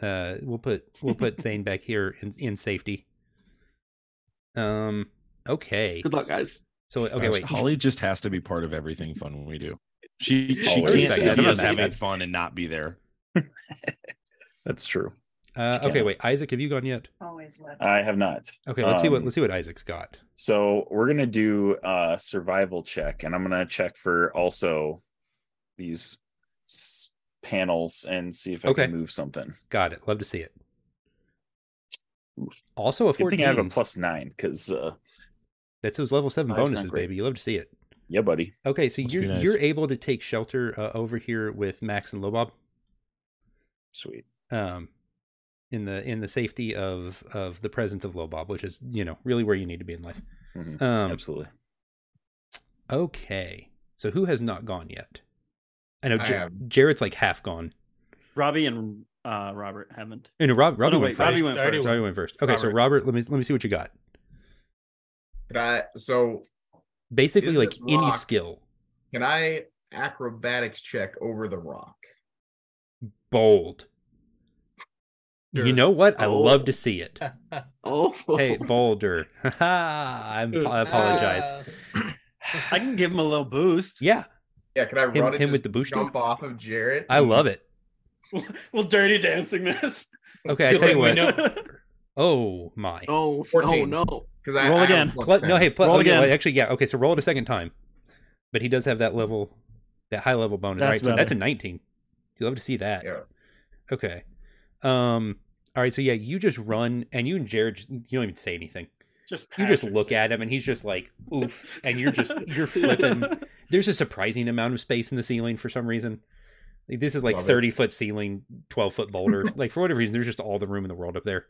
S1: Uh, we'll put we'll put Zane back here in in safety. Um. Okay.
S8: Good luck, guys.
S1: So okay,
S6: Gosh,
S1: wait.
S6: Holly just has to be part of everything fun we do. She she
S2: Always.
S6: can't
S2: Yeah,
S6: see
S1: yeah,
S6: us
S1: yeah.
S6: having fun and not be there.
S2: That's true.
S1: Uh,
S2: Yeah.
S1: okay, wait, Isaac, have you gone yet?
S9: Always would.
S2: I have not.
S1: Okay, let's see what
S2: Um,
S1: let's see what Isaac's got.
S2: So we're gonna do a survival check, and I'm gonna check for also these s- panels and see if I
S1: Okay.
S2: can move something.
S1: Got it. Love to see it.
S2: Oof.
S1: Also a
S2: Good
S1: fourteen.
S2: thing I have a plus nine because uh,
S1: That's those level seven
S2: Mine's not
S1: bonuses,
S2: great.
S1: baby. You love to see it.
S2: yeah, buddy.
S1: Okay, so
S6: Must
S1: you're
S6: be nice.
S1: you're able to take shelter uh, over here with Max and Lobob,
S2: Sweet.
S1: um, in the in the safety of of the presence of Lobob, which is you know really where you need to be in life.
S2: Mhm.
S1: Um,
S2: Absolutely.
S1: okay, so who has not gone yet? I know
S7: I
S1: Jar-
S7: have.
S1: Jared's like half gone. Oh,
S3: Robbie and uh, Robert haven't. Oh,
S1: No, no, Rob, Robbie
S3: no,
S1: went
S3: wait, Robbie
S1: first.
S3: went
S4: I already
S3: first.
S1: Robbie went first. Okay, so Robert, let me let me see what you got.
S7: Can I? So
S1: Basically,
S7: Is
S1: like
S7: this
S1: any
S7: rock-
S1: skill,
S7: can I acrobatics check over the rock?
S1: bold. You
S4: Sure.
S1: know what? I love
S8: Oh.
S1: to see it.
S8: Oh,
S1: Hey, boulder. I apologize.
S4: Uh,
S3: I can give him a little boost.
S1: Yeah,
S7: Yeah, can I
S1: Him-
S7: run and
S1: him with
S7: just
S1: the booster?
S7: jump off of Jarrett?
S1: I love it.
S3: We'll dirty dancing this.
S1: Okay, I tell you
S4: Let
S1: what.
S4: me
S1: Oh my.
S8: oh, oh
S7: 14.
S8: no!
S7: because I
S3: Roll
S7: I have
S3: again.
S7: a plus
S1: Plus,
S7: 10.
S1: no, hey, plus,
S3: Roll
S1: oh, yeah,
S3: again.
S1: wait, actually, yeah. Okay, so roll it a second time. But he does have that level, that high level bonus,
S3: That's
S1: right? So that's a
S3: better.
S1: 19. You love to see that.
S7: Yeah.
S1: Okay. Um. All right. So yeah, you just run, and you and Jared, just- you don't even say anything.
S3: Just
S1: You just
S3: passive
S1: look
S3: stuff.
S1: at him, and he's just like, "Oof!" And you're just you're flipping. There's a surprising amount of space in the ceiling for some reason. Like, this is like
S7: Love it.
S1: 30 foot ceiling, 12 foot boulder. like for whatever reason, there's just all the room in the world up there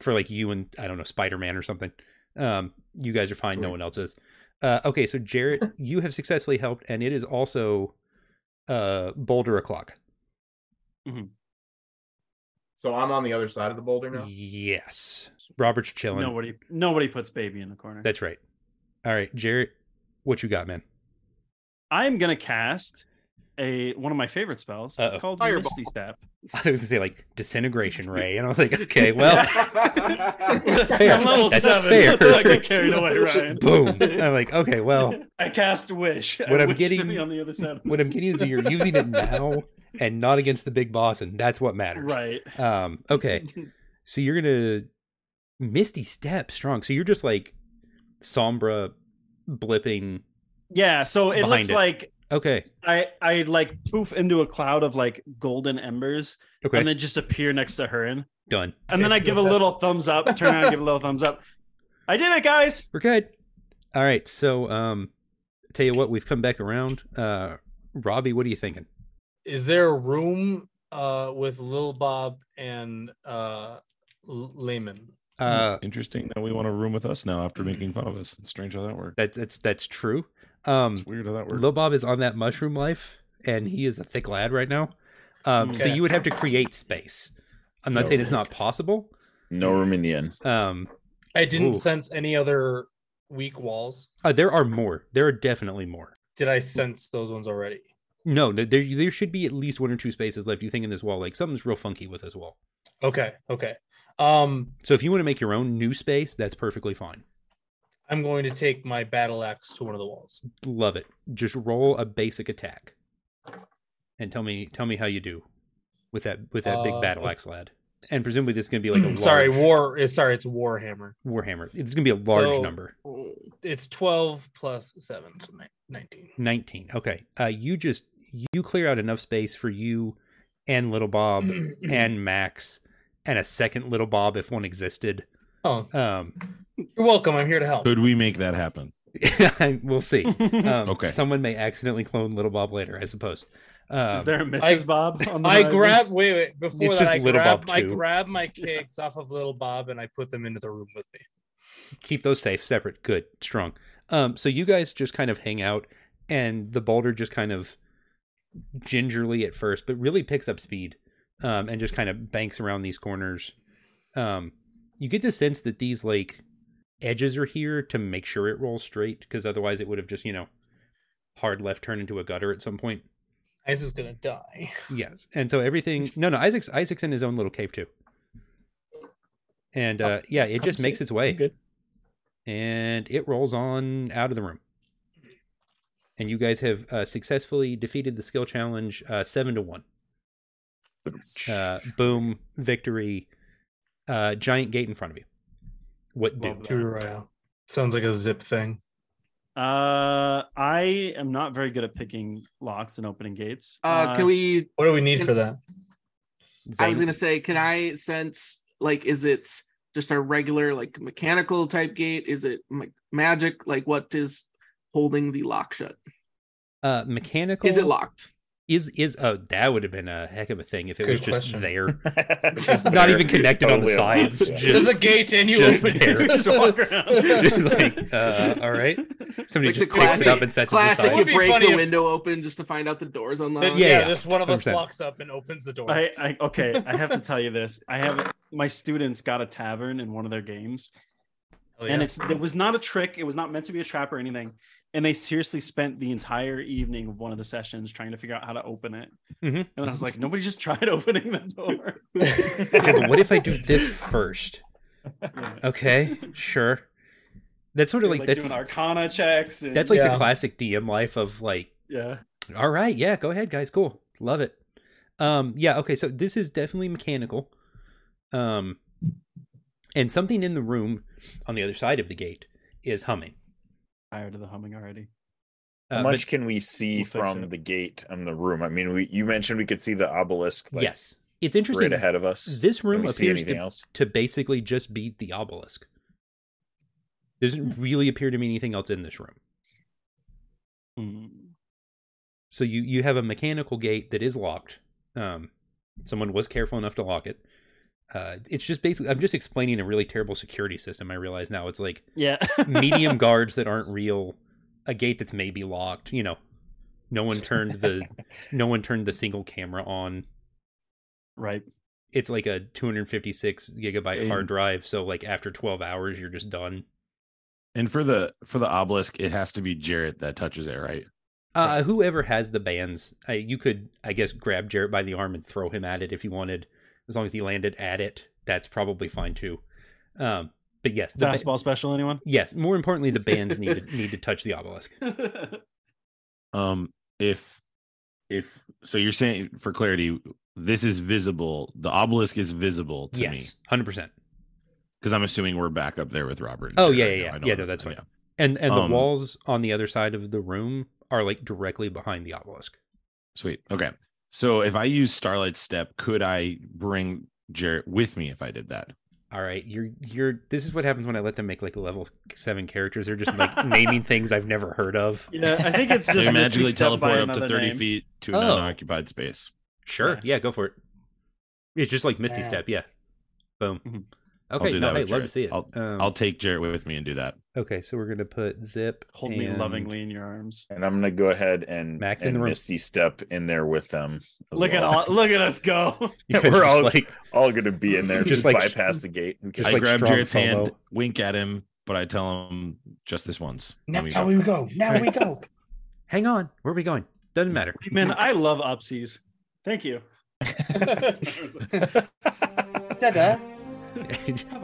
S1: for like you and I don't know Spider Man or something. Um, you guys are fine. No
S7: Sweet.
S1: one else is. Uh, okay, so Jarrett, you have successfully helped, and it is also uh boulder o'clock.
S7: So I'm on the other side of the boulder now.
S1: Yes, Robert's chilling.
S3: Nobody, nobody puts baby in the corner.
S1: That's right. All right, Jarrett, what you got, man?
S3: I'm gonna cast a one of my favorite spells. It's
S1: Uh-oh.
S3: called
S8: Fireball.
S3: Misty Step.
S1: I was gonna say like disintegration ray, and I was like, okay, well, fair.
S3: I'm level
S1: That's
S3: seven.
S1: fair.
S3: Let's not get carried away, Ryan.
S1: boom. I'm like, okay, well,
S3: I cast wish.
S1: What
S3: I
S1: I'm
S3: wish to
S1: getting-
S3: be on the other side. of
S1: what I'm
S3: this.
S1: getting is that you're using it now and not against the big boss, and that's what matters.
S3: Right.
S1: Um. Okay. So you're gonna misty step strong. So you're just like sombra blipping.
S3: Yeah. So it
S1: Behind
S3: looks
S1: it.
S3: like
S1: Okay.
S3: I I like poof into a cloud of like golden embers
S1: Okay.
S3: and then just appear next to her and
S1: Done.
S3: and then I give a little thumbs up. Turn around, give a little thumbs up. I did it, guys.
S1: We're good. All right. So um, tell you what, we've come back around. Uh, Robbie, what are you thinking?
S4: Is there a room uh with Lil Bob and uh L- Layman?
S3: Hmm.
S1: Uh,
S6: Hmm, Interesting that we want a room with us now after making Favas. It's strange how that worked.
S1: that's that's that's true. Um,
S6: It's weird how that worked.
S1: Lil Bob is on that mushroom life, and he is a thick lad right now. Um, So
S4: Okay.
S1: you would have to create space. I'm not saying it's not possible.
S2: No room in the end.
S1: Um,
S4: I
S1: Ooh.
S4: didn't sense any other weak walls.
S1: uh, there are more. There are definitely more.
S4: Did I sense those ones already?
S1: No, no, there there should be at least one or two spaces left. You think in this wall, like something's real funky with this wall.
S4: Okay, okay. Um
S1: So if you want to make your own new space, that's perfectly fine.
S4: I'm going to take my battle axe to one of the walls.
S1: Love it. Just roll a basic attack, and tell me tell me how you do with that with that big
S4: Uh,
S1: battle axe lad. And presumably this is going to be like a large
S4: Sorry, war is sorry, it's warhammer.
S1: warhammer. It's going to be a large
S4: So-
S1: number.
S4: It's 12 plus 7, so nine- 19.
S1: 19 okay uh you just you clear out enough space for you and little bob
S4: Mm-hmm.
S1: and max and a second little bob if one existed
S4: Oh,
S1: um
S4: you're welcome. I'm here to help.
S6: Could we make that happen?
S1: we'll see um,
S6: Okay.
S1: someone may accidentally clone little bob later i suppose um,
S3: Is there a Mrs.
S4: I-
S3: Bob? On the
S4: I
S3: horizon?
S4: grab wait wait before
S1: It's
S4: that
S1: just
S4: I
S1: Little
S4: grab
S1: Bob
S4: I
S1: too.
S4: grab my cakes off of Little Bob and I put them into the room with me.
S1: keep those safe separate good strong um so you guys just kind of hang out and the boulder just kind of gingerly at first but really picks up speed um and just kind of banks around these corners um you get the sense that these like edges are here to make sure it rolls straight because otherwise it would have just you know hard left turn into a gutter at some point
S4: Isaac's gonna die.
S1: yes and so everything no no isaac's isaac's in his own little cave too and
S8: Oh,
S1: uh yeah it just
S6: Come
S1: makes
S6: see.
S1: its way
S6: Good.
S1: and it rolls on out of the room. And you guys have uh, successfully defeated the skill challenge uh, seven to one. Uh, boom, victory, uh, giant gate in front of you. What do?
S3: Love that.
S4: Battle Royale. Sounds like a zip thing.
S3: Uh, I am not very good at picking locks and opening gates.
S8: Uh, can we?
S4: What do we need for that?
S8: I was
S1: Zane?
S8: gonna say, can I sense like is it just a regular like mechanical type gate? Is it ma- magic? Like what is holding the lock shut?
S1: uh, mechanical.
S8: Is it locked?
S1: Is is oh that would have been a heck of a thing if it
S4: Good
S1: was just
S4: question.
S1: there.
S2: Just
S1: not
S2: there.
S1: even connected on the
S2: Totally
S1: sides,
S2: unlocked,
S1: just-
S4: There's a gate and you
S1: just
S4: open
S1: there.
S4: it.
S3: Just walk around.
S1: Just like, uh, all right. Somebody
S8: Like the
S1: just picks it
S8: classic-
S1: up and sets
S8: Classic,
S1: it
S4: Would
S8: you
S1: aside.
S4: be
S8: break
S4: funny
S8: the
S4: if-
S8: window open just to find out the door's
S4: Then,
S8: unlocked.
S4: yeah,
S1: Yeah, yeah.
S4: just one of us
S1: 100%.
S4: walks up and opens the door.
S3: uh, I, I okay, I have to tell you this. I have my students got a tavern in one of their games,
S1: Oh,
S4: Hell
S3: and
S4: yeah.
S3: it's it was not a trick. It was not meant to be a trap or anything. And they seriously spent the entire evening of one of the sessions trying to figure out how to open it.
S1: Mhm.
S3: And I was like, nobody just tried opening the door.
S1: Yeah, but what if I do this first? Okay, sure. That's sort of like, that's
S3: doing arcana checks. And,
S1: that's like
S4: Yeah.
S1: the classic DM life of like
S3: yeah,
S1: All right, yeah, go ahead, guys. Cool, love it. Um, yeah, okay. So this is definitely mechanical. Um, and something in the room on the other side of the gate is humming.
S3: tired of the humming already.
S1: Uh,
S2: How
S1: but-
S2: much can we see
S3: We'll fix
S2: from
S3: it.
S2: the gate and the room? I mean, we, you mentioned we could see the obelisk like,
S1: yes, it's interesting.
S2: right ahead of us.
S1: This
S2: Can
S1: room
S2: we see
S1: appears
S2: anything
S1: to,
S2: else?
S1: to basically just be the obelisk. Doesn't really appear to be anything else in this room.
S3: Hmm.
S1: So you you have a mechanical gate that is locked. Um, someone was careful enough to lock it. Uh, it's just basically I'm just explaining a really terrible security system. I realize now it's like
S3: Yeah,
S1: medium guards that aren't real, a gate that's maybe locked. You know, no one turned the no one turned the single camera on.
S3: right.
S1: It's like a 256 gigabyte hard
S6: And-
S1: drive, so like after 12 hours, you're just done.
S6: And for the for the obelisk, it has to be Jarrett that touches it, right?
S1: Uh, whoever has the bands, uh, you could, I guess, grab Jarrett by the arm and throw him at it if you wanted, as long as he landed at it. That's probably fine too. Um, but yes, the ba-
S3: Fastball special, anyone?
S1: yes. More importantly, the bands need to, need to touch the obelisk.
S6: Um, if if so, you're saying for clarity, this is visible. The obelisk is visible to me
S1: yes, hundred percent.
S6: because I'm assuming we're back up there with Robert. and
S1: Oh,
S6: Jarrett
S1: yeah, yeah,
S6: right now.
S1: yeah.
S6: I know
S1: Yeah,
S6: that-
S1: no, that's fine.
S6: yeah.
S1: And and
S6: Um,
S1: the walls on the other side of the room are like directly behind the obelisk.
S6: Sweet. Okay. So if I use Starlight Step, could I bring Jarrett with me if I did that?
S1: All right, you're you're. This is what happens when I let them make like level seven characters. They're just like naming things I've never heard of.
S3: yeah, I think it's just
S6: they
S3: missed
S6: magically
S3: each step by
S6: teleport up to
S3: another
S6: 30
S3: name.
S6: feet to
S1: Oh.
S6: an unoccupied space.
S1: Sure,
S3: Yeah.
S1: yeah, go for it. It's just like Misty
S4: Yeah.
S1: Step, yeah. Boom.
S3: Mhm.
S1: Okay,
S6: do
S1: no,
S6: that
S1: hey,
S6: with
S1: love to
S6: Jared.
S1: see it. Um,
S6: I'll take Jarrett with me and do that.
S1: okay, so we're gonna put Zip.
S3: Hold me
S1: and-
S3: lovingly in your arms.
S2: And I'm gonna go ahead and
S1: Max in
S2: and
S1: the room.
S2: Misty step in there with them. as
S3: Look at
S2: well.
S3: all, look at us go.
S1: You guys
S2: We're
S1: are just
S2: all-
S1: like
S2: all gonna be in there.
S1: Just
S2: Just,
S1: like-
S2: bypass the gate. Who
S1: just
S6: I
S2: cares?
S1: like
S6: grab
S1: strong
S6: Jarrett's hand,
S1: solo.
S6: wink at him, but I tell him just this once.
S4: now
S6: Let me
S4: we
S6: go.
S4: go. Now we go.
S1: hang on, where are we going? Doesn't matter.
S3: Man, I love upsies. Thank you.
S4: Da-da.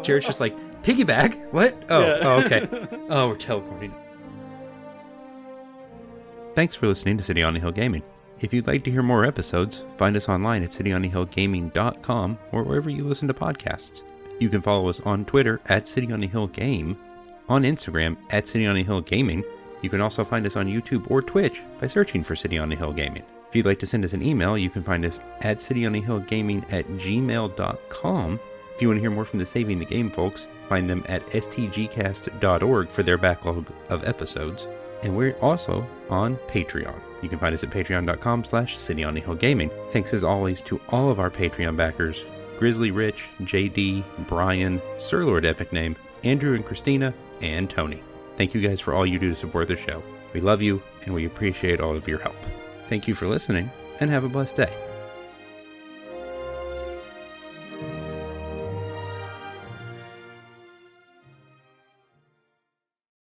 S1: Jared's just like piggyback. What? Oh,
S3: Yeah.
S1: oh okay. Oh, we're teleporting. Thanks for listening to City on the Hill Gaming. If you'd like to hear more episodes, find us online at cityonthehillgaming.com or wherever you listen to podcasts. You can follow us on Twitter at City on the Hill Game, on Instagram at City on the Hill Gaming. You can also find us on YouTube or Twitch by searching for City on the Hill Gaming. If you'd like to send us an email, you can find us at cityonthehillgaming at gmail.com. If you want to hear more from the Saving the Game folks, find them at stgcast.org for their backlog of episodes. And we're also on Patreon. You can find us at patreon.com slash City on the Hill Gaming. Thanks as always to all of our Patreon backers, Grizzly Rich, JD, Brian, Sir Lord Epic Name, Andrew and Christina, and Tony. Thank you guys for all you do to support the show. We love you, and we appreciate all of your help. Thank you for listening, and have a blessed day.